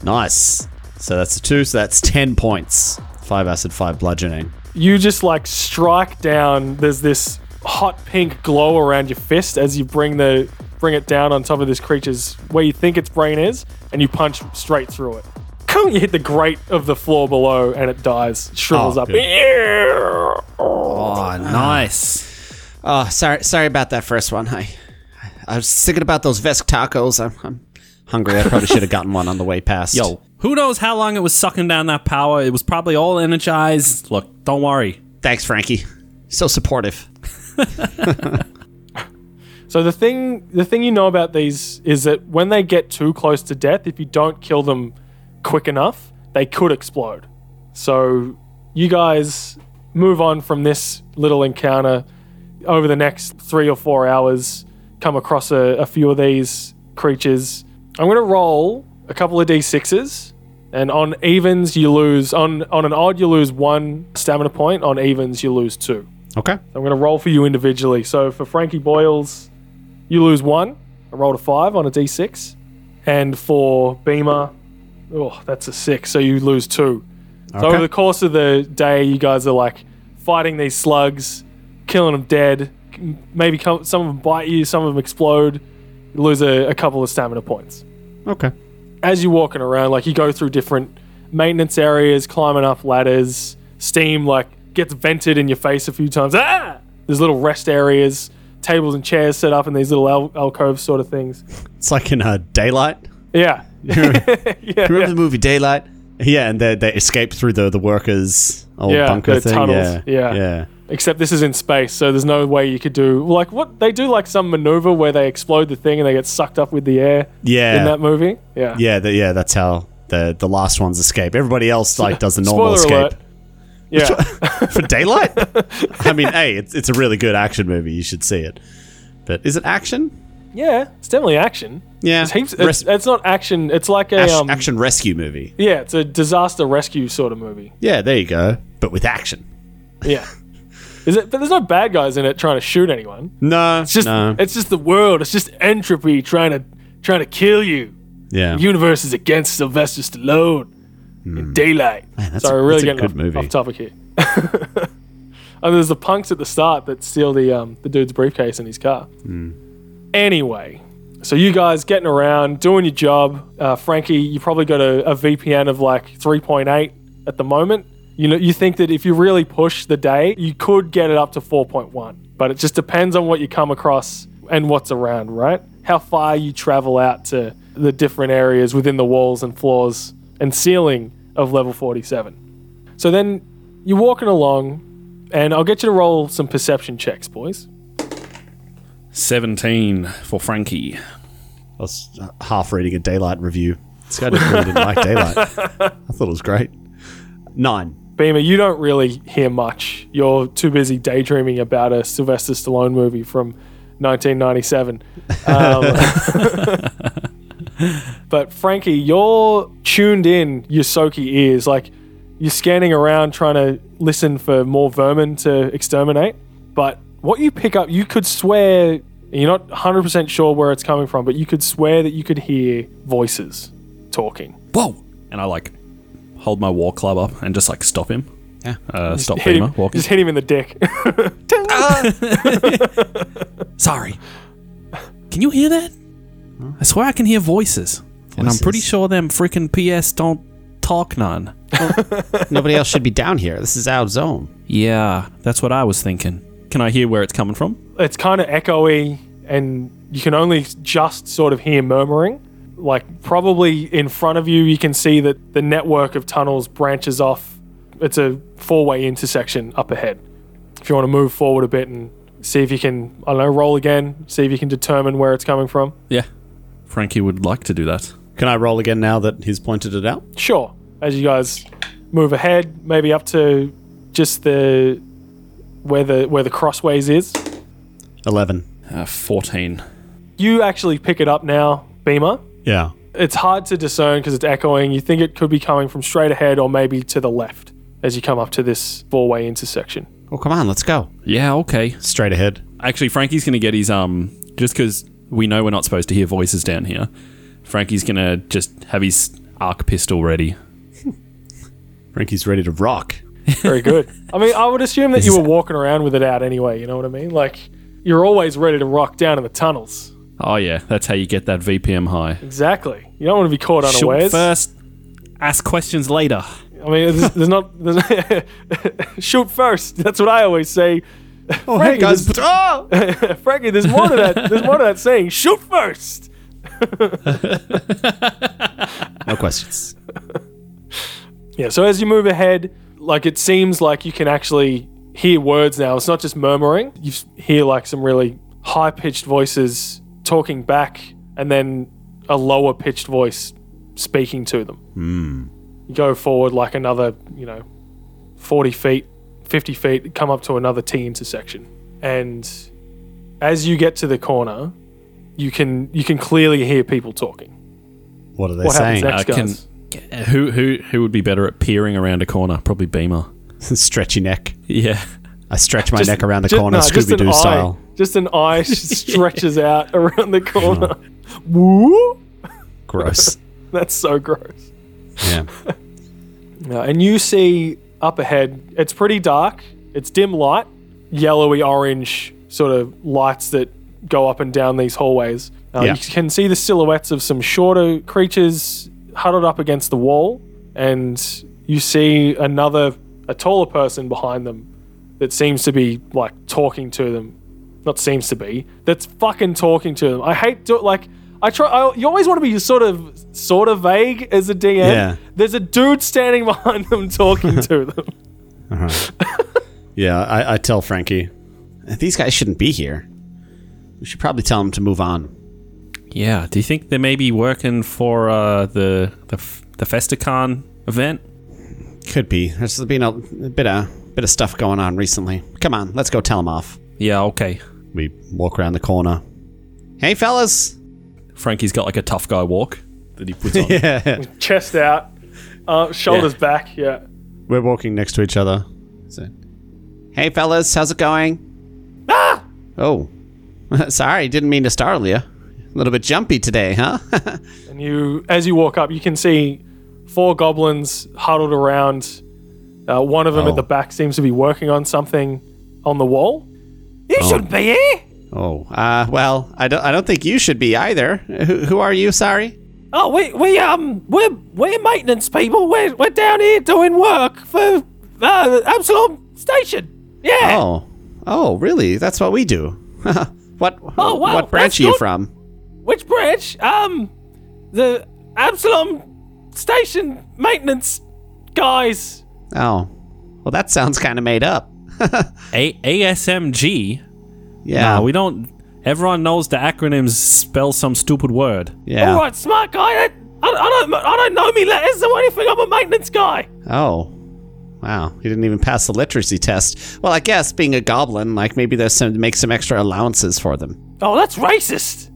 nice. So that's a two. So that's 10 points. Five acid, five bludgeoning.
You just like strike down. There's this hot pink glow around your fist as you bring the bring it down on top of this creature's where you think its brain is, and you punch straight through it. Kung, you hit the grate of the floor below, and it dies, shrivels
Oh,
up.
good.
Oh, nice.
Oh, sorry. Sorry about that first one. I, I was thinking about those Vesk tacos. I'm, I'm hungry. I probably should have gotten one on the way past.
Yo, Who knows how long it was sucking down that power? It was probably all energized. Look, don't worry.
Thanks, Frankie. So supportive.
So the thing the thing you know about these is that when they get too close to death, if you don't kill them quick enough, they could explode. So you guys move on from this little encounter over the next three or four hours, come across a, a few of these creatures. I'm gonna roll a couple of D6s. And on evens you lose on on an odd you lose one stamina point, on evens you lose two.
Okay.
I'm going to roll for you individually. So for Frankie Boyles, you lose one. I rolled a five on a d6. And for Beamer, oh, that's a six. So you lose two. So over the course of the day, you guys are like fighting these slugs, killing them dead. M- Maybe come, some of them bite you, some of them explode. You lose a, a couple of stamina points
Okay.
as you're walking around, like you go through different maintenance areas, climbing up ladders, steam like gets vented in your face a few times. Ah! There's little rest areas, tables and chairs set up in these little al- alcoves, sort of things.
It's like in uh, Daylight.
Yeah.
Remember the movie Daylight? Yeah, and they, they escape through the, the workers' old
Yeah,
bunker
the
thing.
tunnels.
Yeah.
Yeah. Except this is in space, so there's no way you could do like what they do, like some maneuver where they explode the thing and they get sucked up with the air
Yeah.
in that movie. Yeah.
yeah, the, yeah, that's how the, the last ones escape. Everybody else like does the normal
Spoiler alert.
escape.
Yeah.
For Daylight? I mean, hey, it's, it's a really good action movie. You should see it. But is it action?
yeah. It's definitely action.
Yeah.
It's, heaps,
Res-
it's, it's not action. It's like a
ash-
um,
action rescue movie.
Yeah, it's a disaster rescue sort of movie.
Yeah, there you go. But with action.
Yeah. Is it, but there's no bad guys in it trying to shoot anyone.
No.
It's just
no.
it's just the world. It's just entropy trying to trying to kill you.
yeah.
The universe is against Sylvester Stallone in daylight.
Hmm. that's
Sorry,
a-
we're really
that's a
getting
good
off,
movie.
off topic here. and there's the punks at the start that steal the um, the dude's briefcase in his car.
Hmm.
Anyway, so you guys getting around, doing your job. Uh, Frankie, you probably got a, a VPN of like 3.8 at the moment. You know, you think that if you really push the day, you could get it up to 4.1, but it just depends on what you come across and what's around, right? How far you travel out to the different areas within the walls and floors and ceiling of level 47. So then you're walking along, and I'll get you to roll some perception checks, boys.
17 for Frankie.
I was half reading a Daylight review. This guy didn't, really didn't like Daylight. I thought it was great. Nine.
Beamer, you don't really hear much. You're too busy daydreaming about a Sylvester Stallone movie from 1997. Um, but Frankie, you're tuned in Yosoki ears. Like you're scanning around trying to listen for more vermin to exterminate. But what you pick up, you could swear, and you're not 100% sure where it's coming from, but you could swear that you could hear voices talking.
Whoa! And I like hold my war club up and just like stop him.
Yeah.
Uh, stop
Hit
Beamer
him,
walking.
just hit him in the dick.
Sorry. Can you hear that? I swear I can hear voices. And I'm pretty
Voices.
sure them freaking PS don't talk none.
Nobody else should be down here. This is our zone.
Yeah, that's what I was thinking. Can I hear where it's coming from?
it's kind of echoey and you can only just sort of hear murmuring like probably in front of you you can see that the network of tunnels branches off it's a four-way intersection up ahead if you want to move forward a bit and see if you can i don't know roll again see if you can determine where it's coming from
Yeah. Frankie would like to do that.
Can I roll again now that he's pointed it out?
sure as you guys move ahead maybe up to just the where the where the crossways is
Eleven.
Uh, 14.
you actually pick it up now beamer
Yeah.
it's hard to discern because it's echoing. You think it could be coming from straight ahead or maybe to the left as you come up to this four-way intersection.
Oh, come on, let's go.
Yeah, okay.
Straight ahead.
Actually, Frankie's going to get his, um, just because we know we're not supposed to hear voices down here, Frankie's going to just have his arc pistol ready.
Frankie's ready to rock.
Very good. I mean, I would assume that you were walking around with it out anyway. You know what I mean? Like you're always ready to rock down in the tunnels.
Oh, yeah, that's how you get that VPM high.
Exactly. You don't want to be caught
Short
unawares.
first, ask questions later.
I mean, there's, there's not. There's shoot first. That's what I always say.
Oh, hey
Frankie,
guys.
this-
Oh!
Frankie, there's more to that. There's more to that saying. Shoot first.
No questions.
Yeah, so as you move ahead, like it seems like you can actually hear words now. It's not just murmuring. You s- hear like some really high pitched voices talking back and then a lower pitched voice speaking to them.
Hmm.
You go forward like another, you know, 40 feet, 50 feet, come up to another T intersection. And as you get to the corner, you can you can clearly hear people talking.
What are they
What
saying?
happens next,
I can-
guys?
Who who who would be better at peering around a corner? Probably Beamer.
Stretchy neck.
Yeah.
I stretch my
Just-
neck around the
just-
corner,
no, just
Scooby
an
Doo
eye.
style.
Just an eye sh- stretches out around the corner. Woo!
Gross.
That's so gross.
yeah.
No, and you see up ahead, it's pretty dark. It's dim light, yellowy orange sort of lights that go up and down these hallways. Uh,
Yeah.
You can see the silhouettes of some shorter creatures huddled up against the wall, and you see another, a taller person behind them that seems to be like talking to them not seems to be that's fucking talking to them. I hate do like I try. I, you always want to be sort of sort of vague as a DM.
Yeah.
There's a dude standing behind them talking to them.
Yeah. I, I tell Frankie.
These guys shouldn't be here. We should probably tell them to move on.
Yeah. Do you think they may be working for uh, the the f- the Festacon event?
Could be. There's been a, a bit of bit of stuff going on recently. Come on, let's go tell them off.
Yeah. Okay.
We walk around the corner.
Hey, fellas.
Frankie's got like a tough guy walk that he puts on. yeah.
Chest out, uh, shoulders back. Yeah.
We're walking next to each other.
Hey, fellas. How's it going? Ah! Oh, sorry. Didn't mean to startle you. A little bit jumpy today, huh?
And you, as you walk up, you can see four goblins huddled around. Uh, one of them at the back seems to be working on something on the wall. You shouldn't be here.
oh, uh, well, I don't. I don't think you should be either. Who, who are you? Sorry.
Oh, we we um we're we're maintenance people. We're we're down here doing work for uh, Absalom Station. Yeah.
Oh, oh, really? That's what we do. what?
Oh, wow,
What branch
that's
are you
good.
from?
Which branch? Um, the Absalom Station maintenance guys.
Oh, well, that sounds kind of made up.
A- ASMG.
Yeah.
Uh, we don't. Everyone knows the acronyms spell some stupid word.
yeah.
All right, smart guy. I, I, I don't I don't know me letters or anything. I'm a maintenance guy.
Oh. Wow, he didn't even pass the literacy test. Well, I guess being a goblin, like maybe there's some make some extra allowances for them.
Oh, that's racist.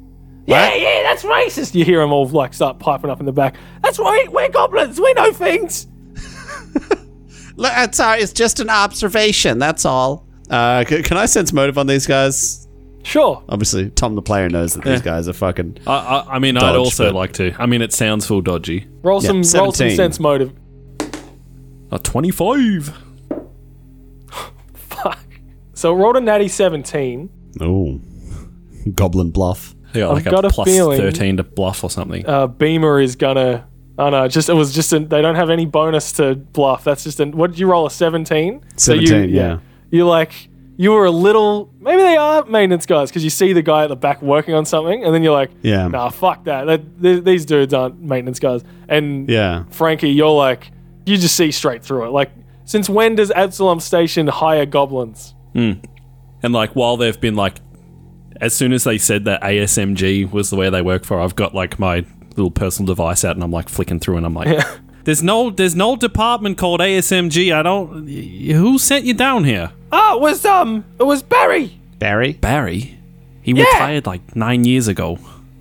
Yeah, yeah, that's racist. You hear them all like start piping up in the back. That's right. We're goblins. We know things.
Look, I'm sorry, it's just an observation. That's all.
Uh, c- can I sense motive on these guys?
Sure.
Obviously, Tom the player knows that these
Eh.
guys are fucking.
I, I, I mean, I'd
Dodge,
also
but-
like to. I mean, it sounds full dodgy.
Roll some roll some
17.
sense motive.
A twenty-five.
Fuck. So rolled a natty 17.
Oh, goblin bluff.
Yeah, like
got
a,
a
plus
feeling-
thirteen to bluff or something.
Uh, Beamer is gonna. Oh no! Just it was just an, they don't have any bonus to bluff. That's just an, what did you roll a seventeen? you,
17, yeah.
You like you were a little. Maybe they are maintenance guys because you see the guy at the back working on something, and then you're like,
Yeah.
nah, fuck that. that th- these dudes aren't maintenance guys. And
Yeah.
Frankie, you're like, you just see straight through it. Like, since when does Absalom Station hire goblins?
And like while they've been like, as soon as they said that ASMG was the way they work for, I've got like my little personal device out and I'm like flicking through and I'm like, there's no there's no department called ASMG. I don't. y- Who sent you down here,
Ah, it was um, it was Barry.
Barry?
Barry? He retired like nine years ago.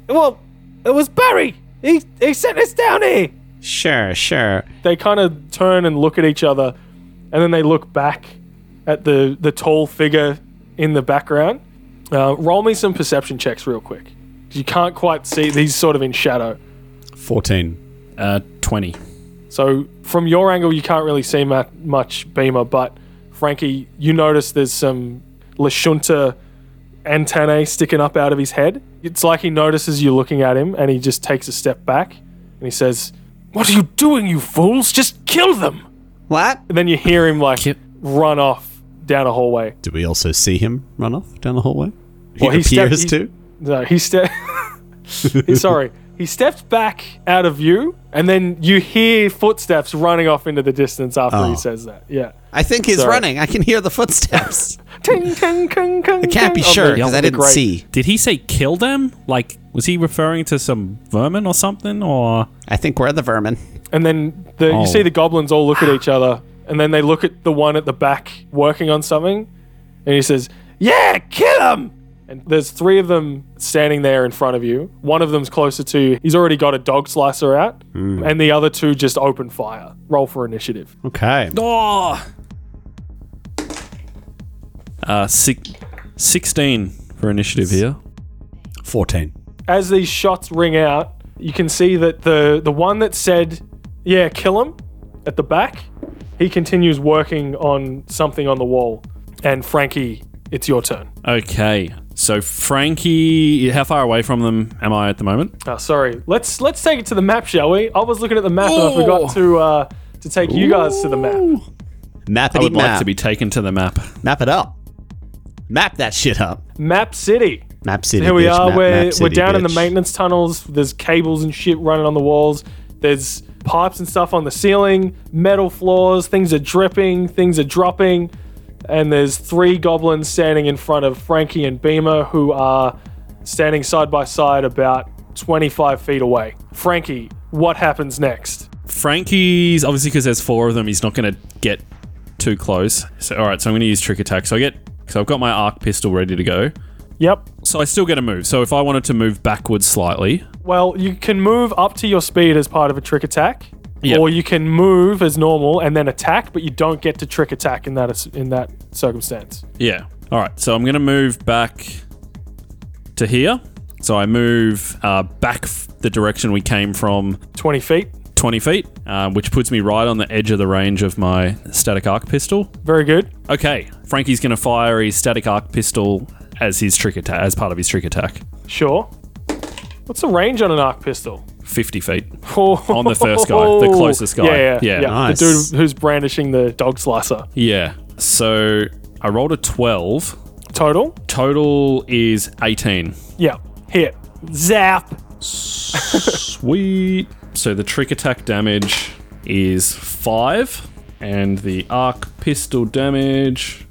Well, it was Barry. He he sent us down here.
Sure, sure.
they kind of turn and look at each other, and then they look back at the the tall figure in the background. Uh, roll me some perception checks real quick. You can't quite see; these sort of in shadow.
Fourteen.
Uh, twenty.
So from your angle, you can't really see ma- much Beamer, but Frankie, you notice there's some Lashunta antennae sticking up out of his head. It's like he notices you looking at him, and he just takes a step back, and he says, "What are you doing, you fools? Just kill them!"
What?
And then you hear him like
Ki-
run off down a hallway.
Do we also see him run off down the hallway?
Well,
he
he stepped-
appears
he-
to.
No, he ste- he- sorry. He steps back out of view, and then you hear footsteps running off into the distance after he says that. Yeah.
I think he's
Sorry.
running. I can hear the footsteps.
Ting, ting, ting, ting, Oh,
I can't be sure because I didn't see.
Did he say kill them? Like, was he referring to some vermin or something? Or
I think we're the vermin.
And then the,
Oh.
you see the goblins all look at each other, and then they look at the one at the back working on something, and he says, "Yeah, kill him." And there's three of them standing there in front of you. One of them's closer to you. He's already got a dog slicer out, and the other two just open fire. Roll for initiative.
Okay.
oh, uh, six, sixteen for initiative here.
14.
as these shots ring out, you can see that the the one that said, "Yeah, kill him," at the back, he continues working on something on the wall. And Frankie, it's your turn.
Okay, so Frankie, how far away from them am I at the moment?
Oh, sorry. Let's let's take it to the map, shall we? I was looking at the map and I
Ooh.
forgot to uh, to take you guys to the map.
Map
I
it
would like
map.
to be taken to the map.
map it up. Map that shit up.
Map City.
Map city.
Here we
bitch.
are.
Map-
we're
map
we're
city,
down in the
bitch.
maintenance tunnels. There's cables and shit running on the walls. There's pipes and stuff on the ceiling. Metal floors. Things are dripping. Things are dropping. And there's three goblins standing in front of Frankie and Beamer, who are standing side by side about 25 feet away. Frankie, what happens next?
Frankie's obviously because there's four of them, he's not going to get too close. So all right, so I'm going to use trick attack. So I get, so I've got my arc pistol ready to go.
Yep.
So I still get a move. So if I wanted to move backwards slightly,
Well, you can move up to your speed as part of a trick attack,
Yep.
or you can move as normal and then attack, but you don't get to trick attack in that in that circumstance.
yeah. All right, so I'm going to move back to here. So I move uh, back f- the direction we came from,
Twenty feet,
20 feet, uh, which puts me right on the edge of the range of my static arc pistol.
very good.
Okay, Frankie's going to fire his static arc pistol as his trick attack, as part of his trick attack.
Sure. What's the range on an arc pistol?
50 feet.
on
the first guy, the closest guy.
Yeah, yeah,
Yeah,
nice.
The dude who's brandishing the dog slicer.
Yeah. So I rolled a 12.
Total.
Total is 18.
Yeah. Hit. Zap.
Sweet. So the trick attack damage is 5, and the arc pistol damage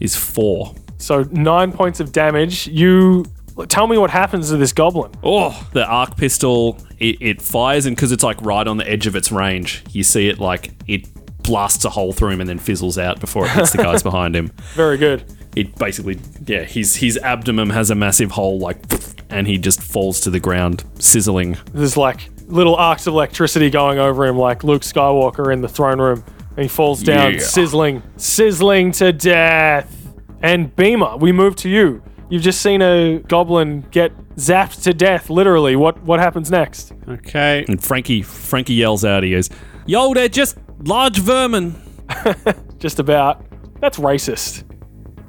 is 4.
So nine points of damage. You tell me what happens to this goblin.
Oh, the arc pistol, it, it fires, and because it's like right on the edge of its range, you see it like it blasts a hole through him and then fizzles out before it hits the guys behind him.
Very good.
it basically yeah his his abdomen has a massive hole like and he just falls to the ground sizzling
there's like little arcs of electricity going over him, like Luke Skywalker in the throne room. And he falls down,
Yeah.
sizzling, sizzling to death. And Beamer, we move to you. You've just seen a goblin get zapped to death, literally. What what happens next?
Okay.
and frankie frankie yells out he goes yo they're just large vermin
Just about. That's racist.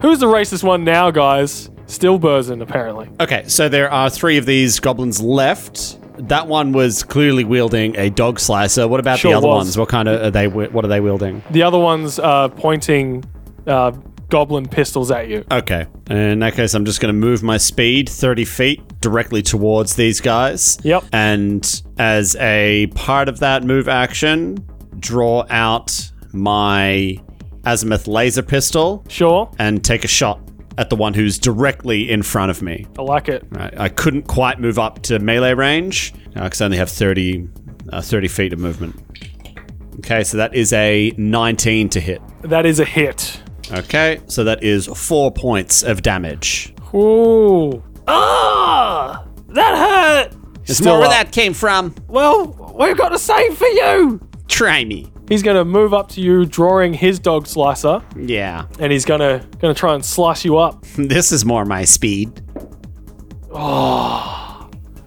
Who's the racist one now, guys? Still Burzin, apparently.
Okay, so there are three of these goblins left. That one was clearly wielding a dog slicer. What about
Sure
the other
was.
ones? What kind of are they? What are they wielding?
The other one's uh, pointing uh, goblin pistols at you.
Okay. In that case, I'm just going to move my speed 30 feet directly towards these guys.
Yep.
And as a part of that move action, draw out my azimuth laser pistol
Sure,
and take a shot at the one who's directly in front of me.
I like it.
Right. I couldn't quite move up to melee range because I only have 30, uh, 30 feet of movement. Okay, so that is a 19 to hit.
That is a hit.
Okay, so that is four points of damage.
Ooh. Ah! That hurt!
It's more where that came from.
Well, we've got a save for you!
Try me.
He's gonna move up to you, drawing his dog slicer,
Yeah.
and he's gonna gonna try and slice you up.
This is more my speed.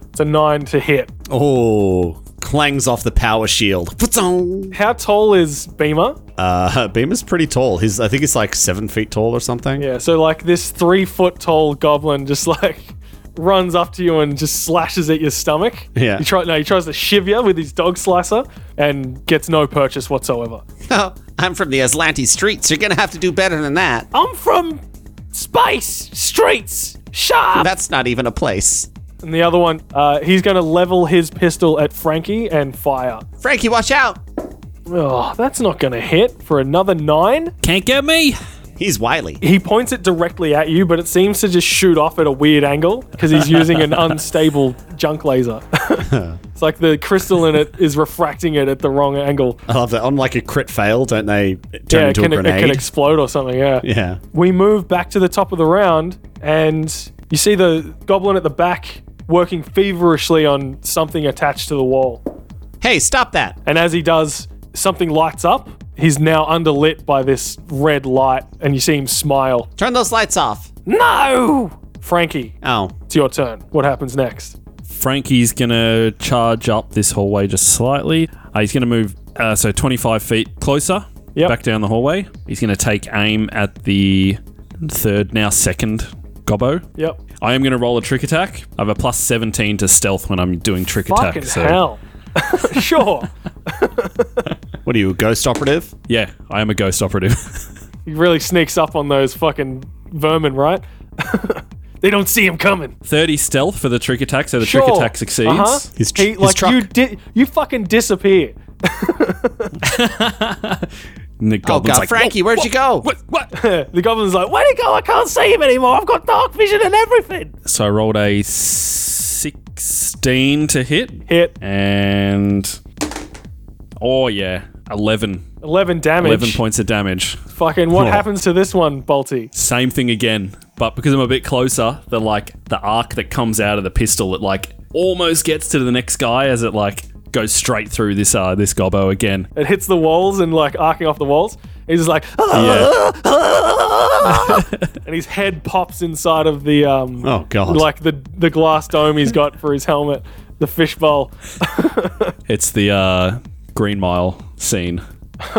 It's a nine to hit.
Oh, clangs off the power shield.
Putong.
How tall is Beamer?
Uh, Beamer's pretty tall. He's, I think he's like seven feet tall or something.
Yeah, so like this three foot tall goblin just like runs up to you and just slashes at your stomach.
Yeah.
He try no, he tries to shiv you with his dog slicer and gets no purchase whatsoever.
Oh, I'm from the Aslanti streets. You're gonna have to do better than that.
I'm from space streets. Sharp.
That's not even a place.
And the other one, uh, he's going to level his pistol at Frankie and fire.
Frankie, watch out!
Oh, that's not going to hit for another nine.
Can't get me.
He's wily.
He points it directly at you, but it seems to just shoot off at a weird angle because he's using an unstable junk laser. it's like the crystal in it is refracting it at the wrong angle.
I love that. On like a crit fail, don't they turn
yeah, it
into
can,
a
it
grenade?
can explode or something. Yeah.
yeah.
We move back to the top of the round, and you see the goblin at the back working feverishly on something attached to the wall.
Hey, stop that!
And as he does, something lights up. He's now underlit by this red light, and you see him smile.
Turn those lights off.
No! Frankie,
Oh,
it's your turn. What happens next?
Frankie's gonna charge up this hallway just slightly. Uh, he's gonna move uh, so 25 feet closer
Yep.
back down the hallway. He's gonna take aim at the third, now second gobbo.
Yep.
I am gonna roll a trick attack. I have a plus 17 to stealth when I'm doing trick
Fucking
attack. So
hell. sure.
What are you, a ghost operative?
yeah, I am a ghost operative.
He really sneaks up on those fucking vermin, right? they don't see him coming.
30 stealth for the trick attack, so the
Sure.
trick attack succeeds.
Uh-huh.
His tr-
He-
his
like
truck.
you di- you fucking disappear.
And the
oh
goblin's
god,
like,
Frankie, where'd you go?
What? What?
the goblin's like, where'd he go? I can't see him anymore. I've got dark vision and everything.
So I rolled a 16 to hit.
Hit
And. Oh, yeah. 11.
eleven damage.
11 points of damage.
Fucking what happens to this one, Balti?
Same thing again. But because I'm a bit closer, the like the arc that comes out of the pistol, it like almost gets to the next guy as it like goes straight through this uh this gobbo again.
It hits the walls and like arcing off the walls. He's just like, "Ah!"
Yeah.
and his head pops inside of the um,
Oh, God.
like the the glass dome he's got for his helmet, the fishbowl.
It's the uh Green Mile scene.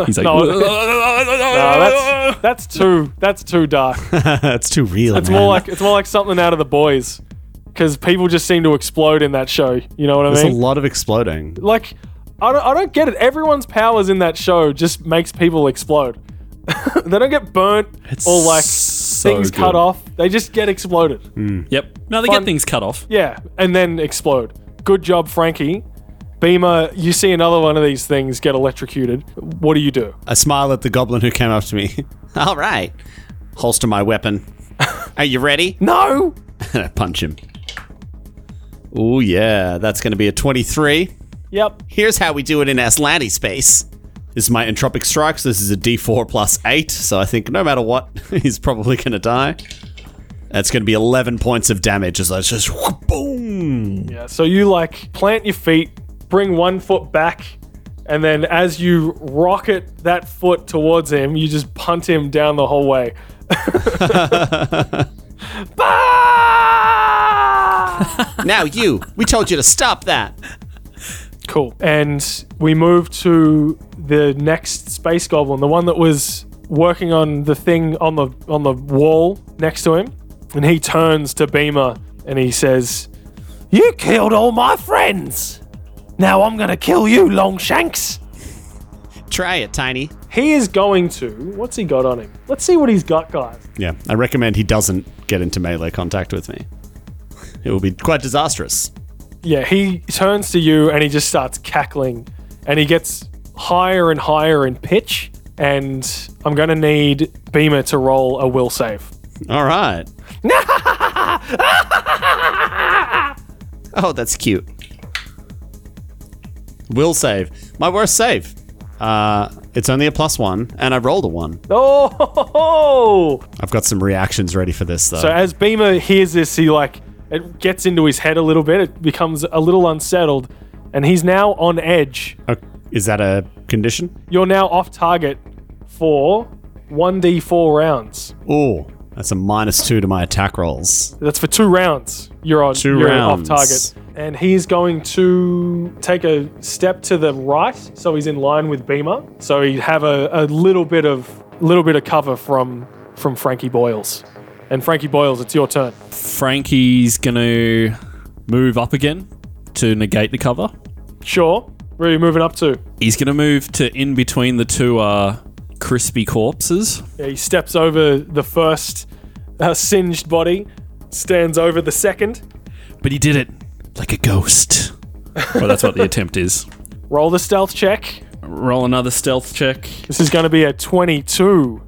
He's like
No, No, Uh, that's that's too that's too dark.
That's too real.
It's more like it's more like something out of the boys, because people just seem to explode in that show. You know what I
There's
mean?
a lot of exploding.
like I don't, I don't get it everyone's powers in that show just makes people explode they don't get burnt or like
so
things cut
good.
off they just get exploded
Yep. No, they
Fun-
get things cut off.
yeah and then explode good job frankie beamer you see another one of these things get electrocuted what do you do
I smile at the goblin who came up to me,
All right.
holster my weapon,
Are you ready?
no
and I punch him. Oh, yeah. That's going to be a 23.
yep
Here's how we do it in Aslanti space.
This is my entropic strikes. This is a d4 plus 8. So I think no matter what, he's probably going to die. That's going to be 11 points of damage as I just whoop, boom.
yeah so you like plant your feet bring one foot back and then as you rocket that foot towards him you just punt him down the hallway
Now you. We told you to stop that.
Cool. And we move to the next space goblin, the one that was working on the thing on the on the wall next to him. And he turns to Beamer and he says, "You killed all my friends. Now I'm going to kill you, Longshanks."
Try it, Tiny.
He is going to. What's he got on him? Let's see what he's got, guys.
Yeah, I recommend he doesn't get into melee contact with me. It will be quite disastrous.
Yeah, he turns to you and he just starts cackling and he gets higher and higher in pitch. And I'm going to need Beamer to roll a will save.
All right.
Oh, that's cute.
Will save. My worst save. Uh, it's only a plus one, and I rolled a one.
Oh, ho, ho, ho.
I've got some reactions ready for this, though.
so as Beamer hears this, he like it gets into his head a little bit. It becomes a little unsettled, and he's now on edge.
Uh, is that a condition?
You're now off target for one d four rounds.
Oh, that's a minus two to my attack rolls.
That's for two rounds. You're on.
Two
you're
rounds.
off target, and he's going to take a step to the right, so he's in line with Beamer. So he'd have a, a little bit of little bit of cover from from Frankie Boyles. And Frankie Boyles, it's your turn.
Frankie's gonna move up again to negate the cover.
Sure. Where are you moving up to?
He's gonna move to in between the two uh crispy corpses.
Yeah, he steps over the first uh, singed body, stands over the second.
but he did it like a ghost. well, that's what the attempt is.
Roll the stealth check.
Roll another stealth check.
This is going to be a 22.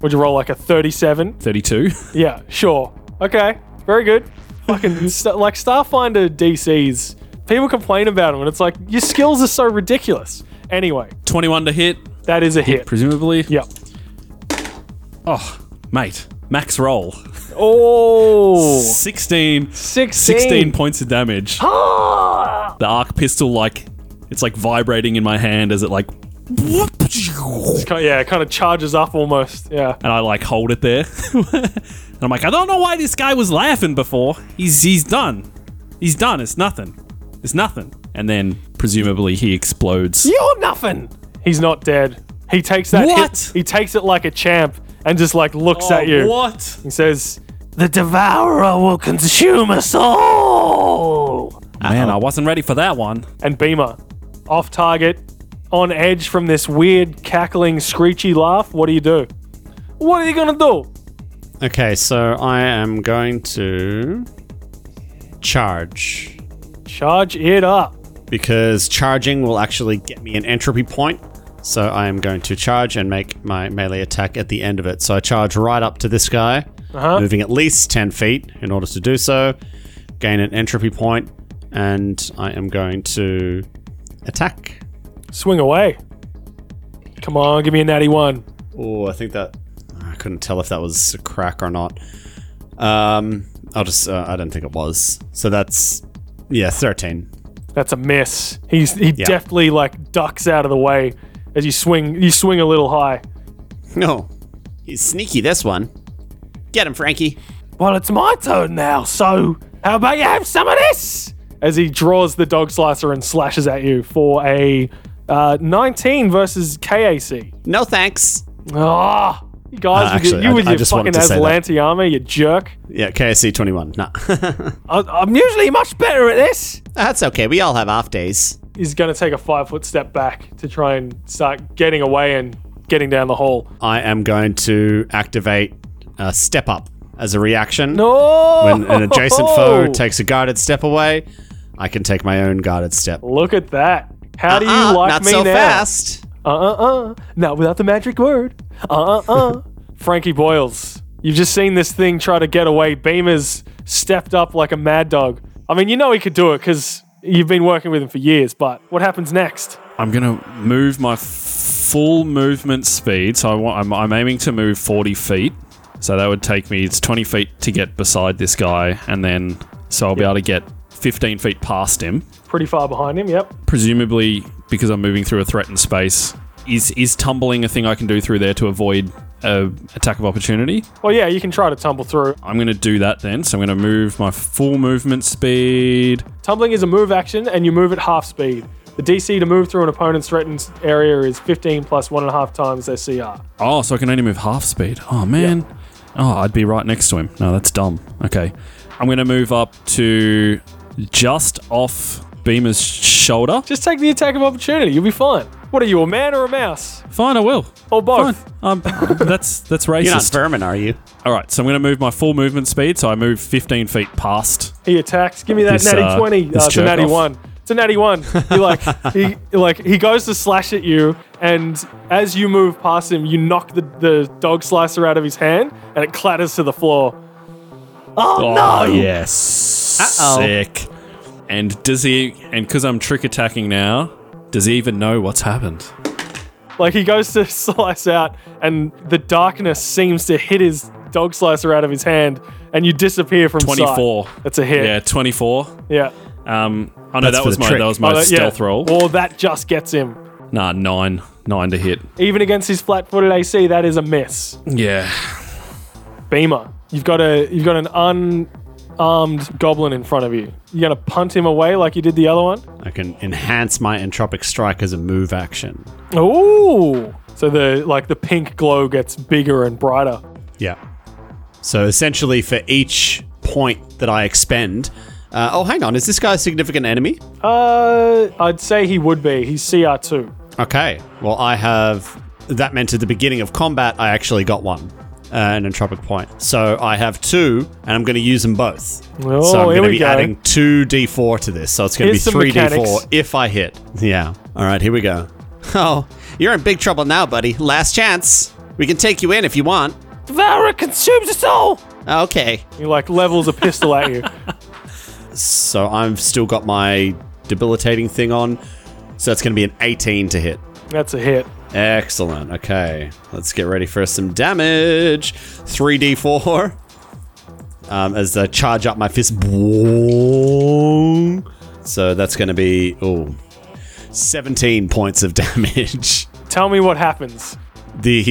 Would you roll like a 37?
32.
Yeah, sure. Okay, very good. Fucking st- like Starfinder DCs. People complain about them, and it's like your skills are so ridiculous. Anyway,
21 to hit,
that is a hit.
presumably.
Yep.
Oh, mate. Max roll.
Oh,
16,
16.
16 points of damage.
Ah!
The arc pistol, like, it's like vibrating in my hand as it, like, and
Ki- Yeah, it kind of charges up almost. Yeah.
I, like, hold it there. and I'm like, I don't know why this guy was laughing before. He's, he's done. He's done. It's nothing. It's nothing. And then, presumably, he explodes.
You're nothing. He's not dead. He takes that hit-
What?
He takes it like a champ and just like looks
Oh,
at you.
What?
He says, "The devourer will consume us all."
Man, I wasn't ready for that one.
and Beamer. Off target, on edge from this weird cackling, screechy laugh. What do you do? What are you gonna do?
Okay, so I am going to charge
Charge it up.
because charging will actually get me an entropy point. So I am going to charge and make my melee attack at the end of it. So I charge right up to this guy,
Uh-huh.
moving at least 10 feet in order to do so, gain an entropy point, and I am going to attack.
Swing away. Come on, give me a natty one.
Oh, I think that I couldn't tell if that was a crack or not. Um, I'll just uh, I don't think it was. So that's yeah, 13.
That's a miss. He's he deftly like ducks out of the way as you swing. You swing a little high.
No.
He's sneaky, this one. Get him, Frankie.
Well, it's my turn now. So how about you have some of this? As he draws the dog slicer and slashes at you for a uh, 19 versus KAC.
No thanks.
Ah, you guys,
Uh,
with your-
actually,
you
I-
with
I
your
just
fucking
wanted to say that.
Aslanti armor, you jerk.
Yeah, KSC 21. Nah.
I, I'm usually much better at this.
That's okay. We all have off days.
He's going to take a five foot step back to try and start getting away and getting down the hall.
I am going to activate uh, step up as a reaction.
No!
When an adjacent foe
Oh!
takes a guarded step away, I can take my own guarded step. Ah,
Look at that. How do
Uh,
you like
not
me
so
now?
fast.
Uh uh uh. Not without the magic word. Uh uh uh. Frankie Boyles, you've just seen this thing try to get away. Beamer's stepped up like a mad dog. I mean, you know he could do it because you've been working with him for years, but what happens next?
I'm gonna move my f- full movement speed. So I want, I'm, I'm aiming to move 40 feet. So that would take me. It's 20 feet to get beside this guy, and then so I'll be able to get 15 feet past him.
Pretty far behind him, yep.
Presumably because I'm moving through a threatened space. Is is tumbling a thing I can do through there to avoid a attack of opportunity?
Well, yeah, you can try to tumble through.
I'm gonna do that then. So I'm gonna move my full movement speed.
Tumbling is a move action, and you move at half speed. The DC to move through an opponent's threatened area is 15 plus one and a half times their CR.
Oh, so I can only move half speed. Oh man. Oh, I'd be right next to him. No, that's dumb. Okay. I'm gonna move up to just off Beamer's shoulder.
Just take the attack of opportunity. You'll be fine. What are you, a man or a mouse?
Fine, I will.
Or
Fine.
both?
Um, that's that's
You're not
racist.
vermin, are you?
All right, so I'm gonna move my full movement speed. So I move 15 feet past.
He attacks. Give me that
This,
natty
uh,
twenty.
this
Uh, it's a
jerk
natty
off.
one. It's a natty one. He like he like he goes to slash at you, and as you move past him, you knock the, the dog slicer out of his hand, and it clatters to the floor. Oh,
Oh
no!
yes.
Uh-oh.
Sick. And does he? And because I'm trick attacking now, does he even know what's happened?
Like he goes to slice out, and the darkness seems to hit his dog slicer out of his hand, and you disappear from sight.
24.
That's a hit.
Yeah, 24.
Yeah.
Um, oh no, that
for
was
the
my
trick.
that was my
Oh, that- yeah.
stealth roll.
Or that just gets him.
Nah, nine. Nine to hit.
Even against his flat-footed AC, that is a miss.
Yeah.
Beamer. You've got a you've got an unarmed goblin in front of you. You're gonna punt him away like you did the other one.
I can enhance my entropic strike as a move action.
Ooh. So the like the pink glow gets bigger and brighter.
Yeah. So essentially, for each point that I expend, uh, oh, hang on, is this guy a significant enemy?
Uh, I'd say he would be. He's CR two.
Okay. Well, I have. That meant at the beginning of combat, I actually got one. uh, and Entropic Point. So I have two, and I'm going to use them both.
Oh,
so I'm
here
gonna
we
be
go.
adding two d4 to this. So it's going to be
Here's some
three d4
mechanics.
if I hit. Yeah. All right, here we go.
Oh, you're in big trouble now, buddy. Last chance. We can take you in if you want.
Devourer consumes us all.
Okay.
He like levels a pistol at you.
So I've still got my debilitating thing on. So it's going to be an 18 to hit.
That's a hit.
Excellent. Okay, let's get ready for some damage. 3d4. Um, as I charge up my fist. Boing. So that's going to be oh, 17 points of damage.
Tell me what happens.
The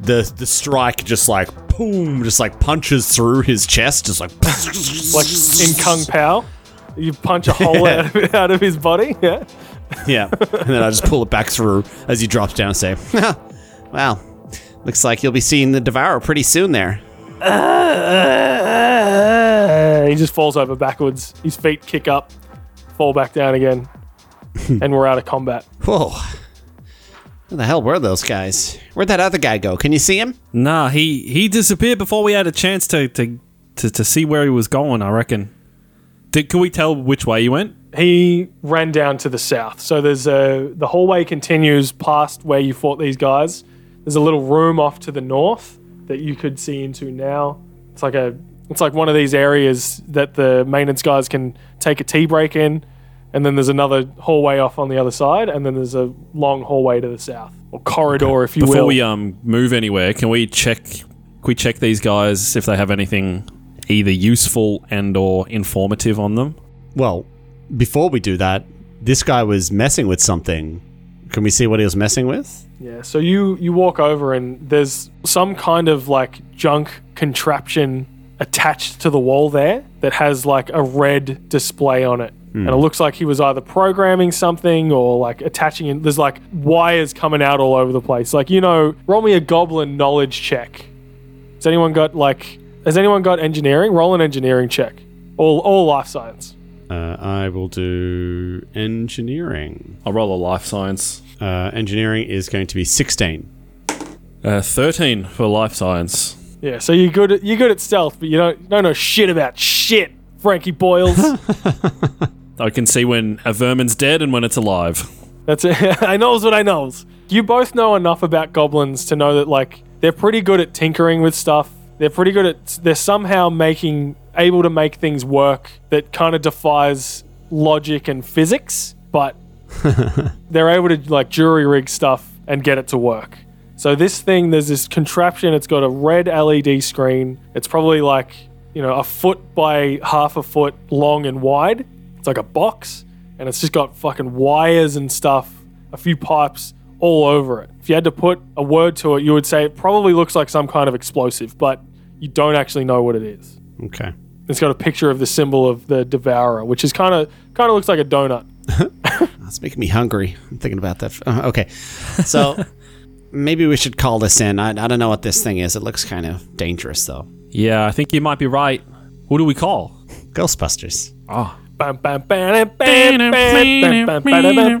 the the strike just like boom, just like punches through his chest, just like
Like in Kung Pao, you punch a hole out, of, out of his body. Yeah.
yeah. And then I just pull it back through as he drops down. And say,
Well, looks like you'll be seeing the Devourer pretty soon there.
he just falls over backwards. His feet kick up, fall back down again, and we're out of combat.
Whoa. Where the hell were those guys? Where'd that other guy go? Can you see him?
Nah, he he disappeared before we had a chance to to, to, to see where he was going. I reckon. Did, can we tell which way he went?
He ran down to the south. So there's a the hallway continues past where you fought these guys. There's a little room off to the north that you could see into now. It's like a it's like one of these areas that the maintenance guys can take a tea break in, and then there's another hallway off on the other side, and then there's a long hallway to the south or corridor, if you
Before
will.
we um move anywhere, can we check? Can we check these guys if they have anything either useful and or informative on them?
well, before we do that, this guy was messing with something. Can we see what he was messing with?
Yeah, so you you walk over and there's some kind of like junk contraption attached to the wall there that has like a red display on it. And it looks like he was either programming something or like attaching in there's like wires coming out all over the place. Like, you know, roll me a goblin knowledge check. Has anyone got like has anyone got engineering? Roll an engineering check. All all life science.
Uh, I will do engineering.
I'll roll a life science.
Uh, engineering is going to be 16.
Uh, Thirteen for life science.
Yeah, so you're good at, you're good at stealth, but you don't you don't know shit about shit, Frankie Boyles.
I can see when a vermin's dead and when it's alive.
That's it. I knows what I knows. You both know enough about goblins to know that like they're pretty good at tinkering with stuff. They're pretty good at they're somehow making able to make things work that kind of defies logic and physics, but they're able to like jury rig stuff and get it to work. So this thing, there's this contraption. It's got a red LED screen. It's probably like you know a foot by half a foot long and wide. It's like a box, and it's just got fucking wires and stuff, a few pipes all over it. If you had to put a word to it, you would say it probably looks like some kind of explosive, but you don't actually know what it is.
Okay.
It's got a picture of the symbol of the devourer, which is kind of kind of looks like a donut.
It's making me hungry. I'm thinking about that. Uh, okay. So maybe we should call this in. I, I don't know what this thing is. It looks kind of dangerous, though.
Yeah, I think you might be right. Who do we call?
Ghostbusters.
Bam, bam, bam, bam, bam, bam, bam, bam, bam,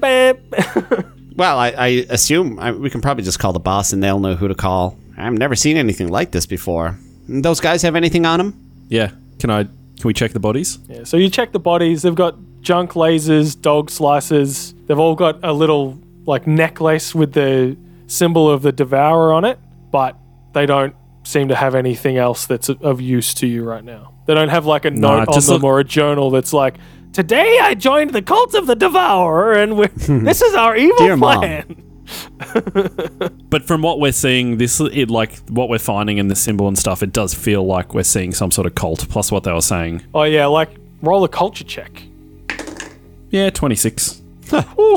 bam.
Well, I, I assume I, we can probably just call the boss and they'll know who to call. I've never seen anything like this before. Those guys have anything on them?
Yeah, can I? Can we check the bodies?
Yeah, so you check the bodies. They've got junk lasers, dog slices. They've all got a little like necklace with the symbol of the devourer on it, but they don't seem to have anything else that's of use to you right now. They don't have like a
Nah,
note on
just
them
look-
or a journal that's like, "Today I joined the cult of the devourer, and we're, this is our evil
Dear Mom.
plan."
But from what we're seeing, this it like what we're finding in the symbol and stuff, it does feel like we're seeing some sort of cult. Plus what they were saying.
Oh yeah, like roll a culture check.
Yeah, twenty six.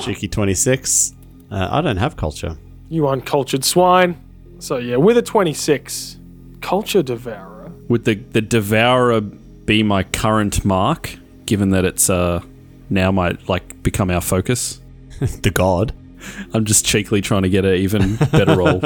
Cheeky 26. Uh, I don't have culture.
You uncultured swine. So yeah, with a twenty-six, culture devourer.
Would the the devourer be my current mark, given that it's uh now might like become our focus?
The god.
I'm just cheekily trying to get an even better roll.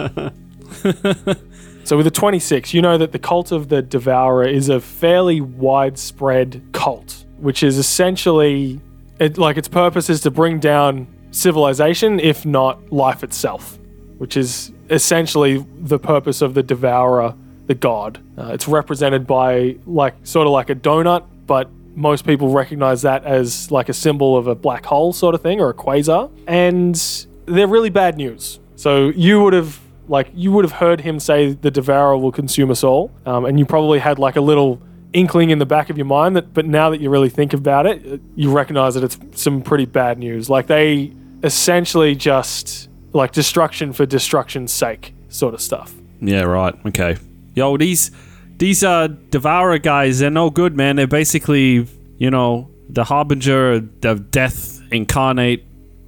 So with the 26, you know that the cult of the devourer is a fairly widespread cult, which is essentially it, like its purpose is to bring down civilization, if not life itself, which is essentially the purpose of the devourer the god. Uh, it's represented by like sort of like a donut, but most people recognize that as like a symbol of a black hole sort of thing or a quasar. And they're really bad news. So you would have like you would have heard him say the devourer will consume us all, um, and you probably had like a little inkling in the back of your mind that. But now that you really think about it, uh, you recognize that it's some pretty bad news. Like they essentially just like destruction for destruction's sake sort of stuff.
Yeah, right. Okay. Yo, these these uh devourer guys, they're no good, man. They're basically, you know, the harbinger of death incarnate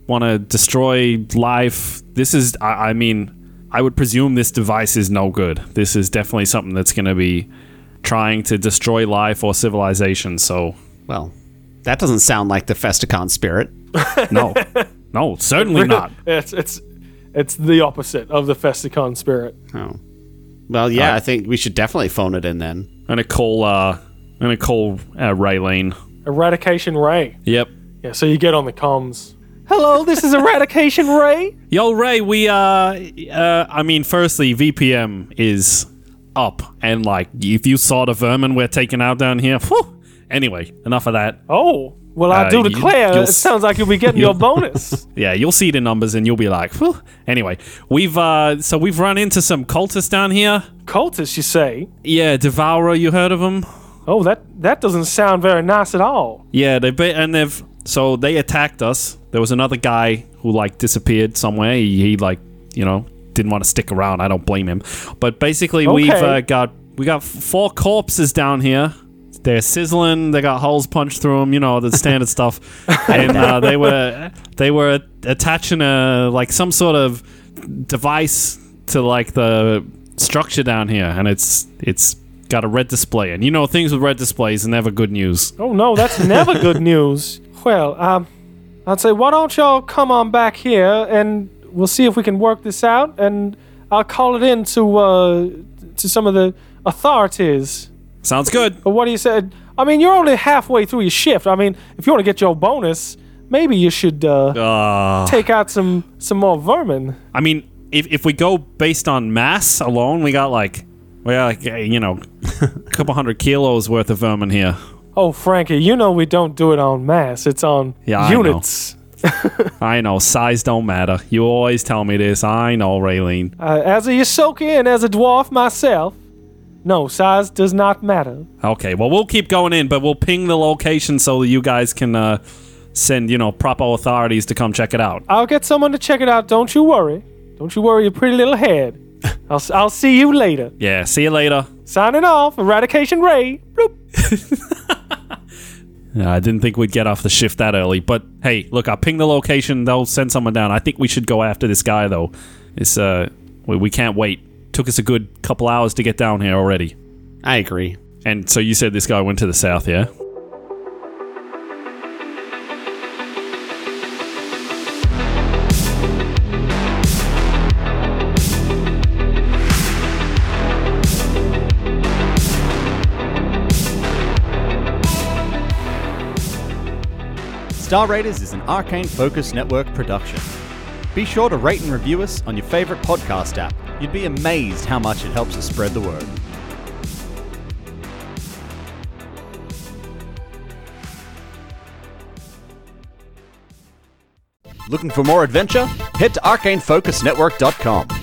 want to destroy life. This is I, I mean, I would presume this device is no good. This is definitely something that's going to be trying to destroy life or civilization. So,
Well, that doesn't sound like the Festicon spirit.
no. no, certainly not.
it's it's it's the opposite of the Festicon spirit.
Oh. Well, yeah, I think we should definitely phone it in then.
I'm going to call uh I'm going to call uh, Raylene.
Eradication Ray.
Yep.
Yeah, so you get on the comms. Hello, this is Eradication Ray.
Yo, Ray, we, uh, uh, I mean, firstly, VPM is up. And, like, if you saw the vermin we're taking out down here, whew. anyway, enough of that.
Oh, well, I
Uh,
do
you-
declare,
you'll
it
s-
sounds like you'll be getting your bonus.
Yeah, you'll see the numbers and you'll be like, whew. Anyway, we've, uh, so we've run into some cultists down here.
Cultists, you say?
Yeah, Devourer, you heard of them?
Oh, that that doesn't sound very nice at all.
Yeah, they've been, and they've, so they attacked us. There was another guy who, like, disappeared somewhere. He, he like, you know, didn't want to stick around. I don't blame him. But basically, we've
Okay.
uh, got, we got four corpses down here. They're sizzling. They got holes punched through them. You know the standard stuff. And uh, they were they were attaching a like some sort of device to like the structure down here, and it's it's got a red display. And you know things with red displays are never good news.
Oh no, that's never good news. Well, um, I'd say why don't y'all come on back here and we'll see if we can work this out, and I'll call it in to uh, to some of the authorities.
Sounds good.
But what he said, I mean, you're only halfway through your shift. I mean, if you want to get your bonus, maybe you should uh,
Uh,
take out some some more vermin.
I mean, if, if we go based on mass alone, we got like, we got like, eh, you know, a couple hundred kilos worth of vermin here.
Oh, Frankie, you know we don't do it on mass. It's on
Yeah, I know.
units.
I know, size don't matter. You always tell me this. I know, Raylene.
Uh, as a Yosoki and as a dwarf myself, no size does not matter.
Okay, well, we'll keep going in, but we'll ping the location so that you guys can uh, send, you know, proper authorities to come check it out.
I'll get someone to check it out. Don't you worry. Don't you worry your pretty little head. I'll, s- I'll see you later.
Yeah, see you later.
Signing off, Eradication Ray. Bloop.
Uh, I didn't think we'd get off the shift that early, but hey, look, I'll ping the location. They'll send someone down. I think we should go after this guy, though. It's, uh, we, we can't wait. Took us a good couple hours to get down here already.
I agree.
And so you said this guy went to the south, yeah?
Star Raiders is an Arcane Focus Network production. Be sure to rate and review us on your favorite podcast app. You'd be amazed how much it helps us spread the word. Looking for more adventure? Head to arcanefocusnetwork.com.